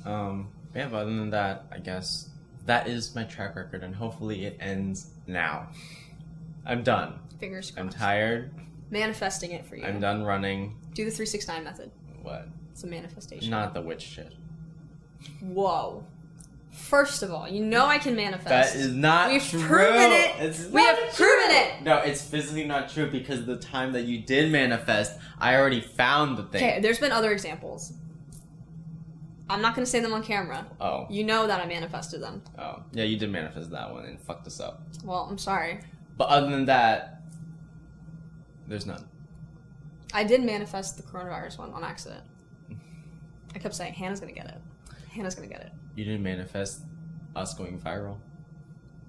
Speaker 2: Um, yeah, but other than that, I guess that is my track record, and hopefully it ends now. I'm done.
Speaker 1: Fingers
Speaker 2: I'm
Speaker 1: crossed.
Speaker 2: tired.
Speaker 1: Manifesting it for you.
Speaker 2: I'm done running.
Speaker 1: Do the three six nine method.
Speaker 2: What?
Speaker 1: It's a manifestation.
Speaker 2: Not the witch shit.
Speaker 1: Whoa. First of all, you know I can manifest.
Speaker 2: That is not
Speaker 1: We've
Speaker 2: true.
Speaker 1: proven it.
Speaker 2: It's
Speaker 1: we
Speaker 2: not
Speaker 1: have proven it.
Speaker 2: No, it's physically not true because the time that you did manifest, I already found the thing.
Speaker 1: Okay, there's been other examples. I'm not gonna say them on camera.
Speaker 2: Oh.
Speaker 1: You know that I manifested them.
Speaker 2: Oh. Yeah, you did manifest that one and fucked us up.
Speaker 1: Well, I'm sorry.
Speaker 2: But other than that, there's none.
Speaker 1: I did manifest the coronavirus one on accident. I kept saying, Hannah's gonna get it. Hannah's gonna get it.
Speaker 2: You didn't manifest us going viral.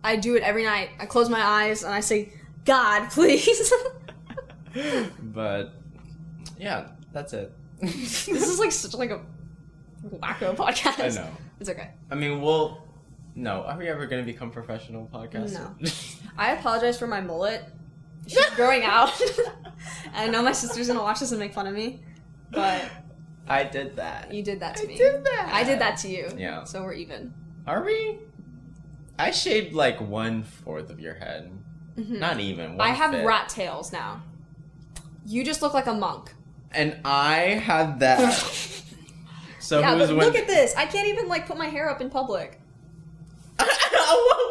Speaker 1: I do it every night. I close my eyes and I say, God, (laughs) please.
Speaker 2: But yeah, that's it.
Speaker 1: this is like such like a wacko podcast.
Speaker 2: (laughs) I know.
Speaker 1: It's okay.
Speaker 2: I mean, we'll. No, are we ever going to become professional podcasters? No.
Speaker 1: I apologize for my mullet. She's growing out.
Speaker 2: (laughs)
Speaker 1: (laughs) I know my sister's gonna watch this and make fun of me, but
Speaker 2: (laughs) I did that.
Speaker 1: you did that to
Speaker 2: I
Speaker 1: me.
Speaker 2: did that.
Speaker 1: I did that to you.
Speaker 2: Yeah.
Speaker 1: So we're even.
Speaker 2: Are we? I shaved like one fourth of your head. Not even. One
Speaker 1: Mm-hmm. I have
Speaker 2: fifth.
Speaker 1: rat tails now. You just look like a monk.
Speaker 2: And I
Speaker 1: (laughs)
Speaker 2: had that. so
Speaker 1: Yeah,
Speaker 2: who's
Speaker 1: but
Speaker 2: win-
Speaker 1: look at this. I can't even like put my hair up in public.
Speaker 2: (laughs) what,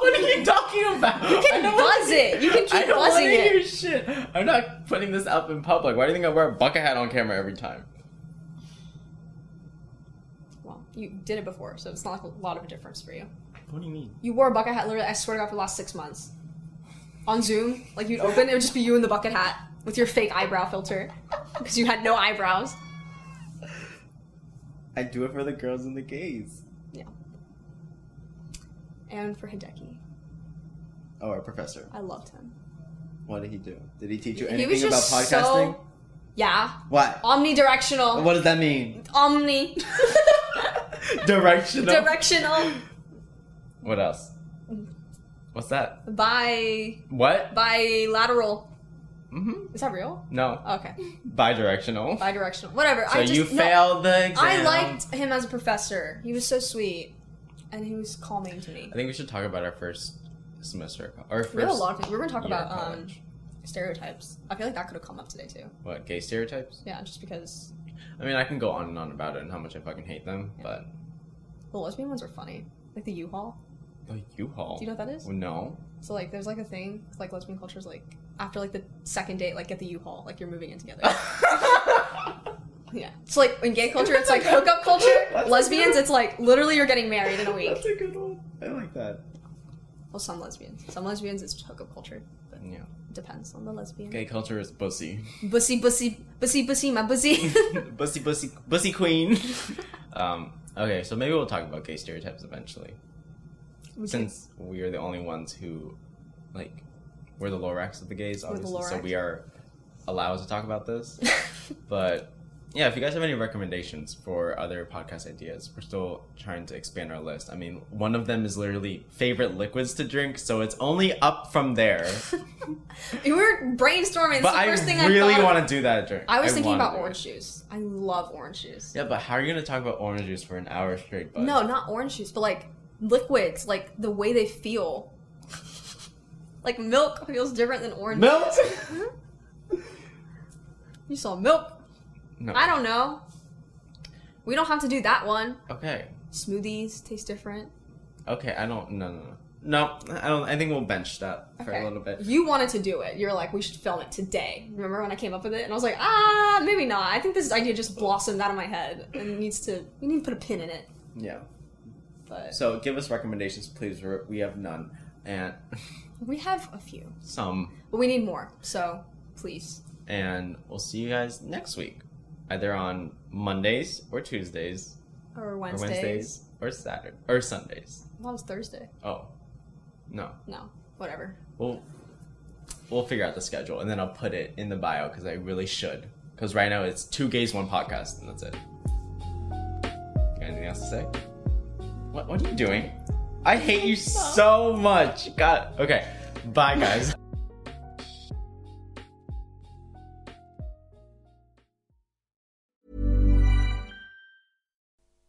Speaker 2: what are you talking about? You
Speaker 1: can buzz it. You can keep
Speaker 2: (laughs) I don't
Speaker 1: buzzing
Speaker 2: wanna
Speaker 1: it.
Speaker 2: Hear shit. I'm not putting this up in public. Why do you think I wear a bucket hat on camera every time?
Speaker 1: Well, you did it before, so it's not like a lot of a difference for you.
Speaker 2: What do you mean?
Speaker 1: You wore a bucket hat literally, I swear to God, for the last six months. On Zoom, like you'd open, it would just be you in the bucket hat with your fake eyebrow filter (laughs) because you had no eyebrows.
Speaker 2: I do it for the girls and the gays.
Speaker 1: Yeah. And for Hideki,
Speaker 2: Oh, our professor.
Speaker 1: I loved him.
Speaker 2: What did he do? Did he teach you
Speaker 1: he was just so. Yeah.
Speaker 2: What?
Speaker 1: Omnidirectional.
Speaker 2: does
Speaker 1: (laughs)
Speaker 2: that mean? (laughs)
Speaker 1: Omni.
Speaker 2: Directional.
Speaker 1: Directional. Mm-hmm.
Speaker 2: What else? What's that?
Speaker 1: Bi.
Speaker 2: What?
Speaker 1: Bilateral.
Speaker 2: Mm-hmm.
Speaker 1: Is that real? Oh,
Speaker 2: No.
Speaker 1: Okay.
Speaker 2: Bi-directional.
Speaker 1: Bidirectional. Whatever.
Speaker 2: so
Speaker 1: I Uh, just,
Speaker 2: you
Speaker 1: no,
Speaker 2: failed the exam.
Speaker 1: I liked him as a professor. He was so sweet, and he was calming to me.
Speaker 2: I think we should talk about our first semester. Our first.
Speaker 1: We have a lot of things. We're going to talk
Speaker 2: year
Speaker 1: about
Speaker 2: of
Speaker 1: um,
Speaker 2: college.
Speaker 1: stereotypes. I feel like that could have come up today too.
Speaker 2: What gay stereotypes?
Speaker 1: Yeah, just because
Speaker 2: I mean, I can go on and on about it and how much I fucking hate them, but
Speaker 1: the lesbian ones are funny, like the U-Haul.
Speaker 2: the U-Haul.
Speaker 1: Do you know what that is?
Speaker 2: Well, no.
Speaker 1: So like, there's like a thing like lesbian culture is like after like the second date, like get the U-Haul, like you're moving in
Speaker 2: (laughs)
Speaker 1: together. yeah. So like in gay culture,
Speaker 2: (laughs)
Speaker 1: it's like hookup culture.
Speaker 2: That's
Speaker 1: Lesbians, it's like literally you're getting married in a week.
Speaker 2: a good one. I like that.
Speaker 1: Well, some lesbians, some lesbians, it's hookup culture. But
Speaker 2: Yeah.
Speaker 1: it depends on the lesbian.
Speaker 2: Gay culture is bussy.
Speaker 1: Bussy, bussy, bussy, bussy, my
Speaker 2: (laughs)
Speaker 1: bussy. (laughs)
Speaker 2: bussy, bussy, bussy queen. (laughs) um. Okay, so maybe we'll talk about gay stereotypes eventually, since we are the only ones who, like, we're the Lorax of the gays,
Speaker 1: We're the
Speaker 2: obviously. So
Speaker 1: Lorax.
Speaker 2: we are allowed to talk about
Speaker 1: (laughs)
Speaker 2: this. but yeah, if you guys have any recommendations for other podcast ideas, we're still trying to expand our list. I mean, one of them is literally favorite liquids to drink, so it's only up from
Speaker 1: (laughs)
Speaker 2: there.
Speaker 1: we were brainstorming. It's
Speaker 2: but
Speaker 1: the
Speaker 2: I
Speaker 1: first thing
Speaker 2: really
Speaker 1: I thought.
Speaker 2: want to do that drink.
Speaker 1: I was thinking
Speaker 2: wanna
Speaker 1: about
Speaker 2: do it.
Speaker 1: orange juice. I love orange juice.
Speaker 2: Yeah, but how are you gonna talk about orange juice for an hour straight? Bud?
Speaker 1: No, not orange juice, but like liquids, like the way they feel. (laughs) like milk feels different than orange.
Speaker 2: milk.
Speaker 1: juice. You saw milk.
Speaker 2: no.
Speaker 1: I don't know. We don't have to do that one.
Speaker 2: Okay.
Speaker 1: Smoothies taste different.
Speaker 2: Okay. I don't. No. No. No. No. I don't. I think we'll bench that for
Speaker 1: Okay.
Speaker 2: a little bit.
Speaker 1: You wanted to do it. You're like, we should film it today. Remember when I came up with it? And I was like, ah, maybe not. I think this idea just blossomed out of my head and it needs to. We need to put a pin in it.
Speaker 2: Yeah.
Speaker 1: But
Speaker 2: So give us recommendations, please. We're, we have none, and (laughs)
Speaker 1: we have a few,
Speaker 2: some.
Speaker 1: but we need more. So please.
Speaker 2: And we'll see you guys next week, either on Mondays or Tuesdays
Speaker 1: Or
Speaker 2: or
Speaker 1: Wednesdays.
Speaker 2: Wednesdays or Saturday or Sundays.
Speaker 1: That was Thursday.
Speaker 2: Oh, no.
Speaker 1: No, whatever.
Speaker 2: We'll we'll figure out the schedule, and then I'll put it in the bio because I really should. Because right now it's two gays, one podcast, and that's it. You got anything else to say? What, what are you doing? I hate you so much. God. Okay. Bye, guys.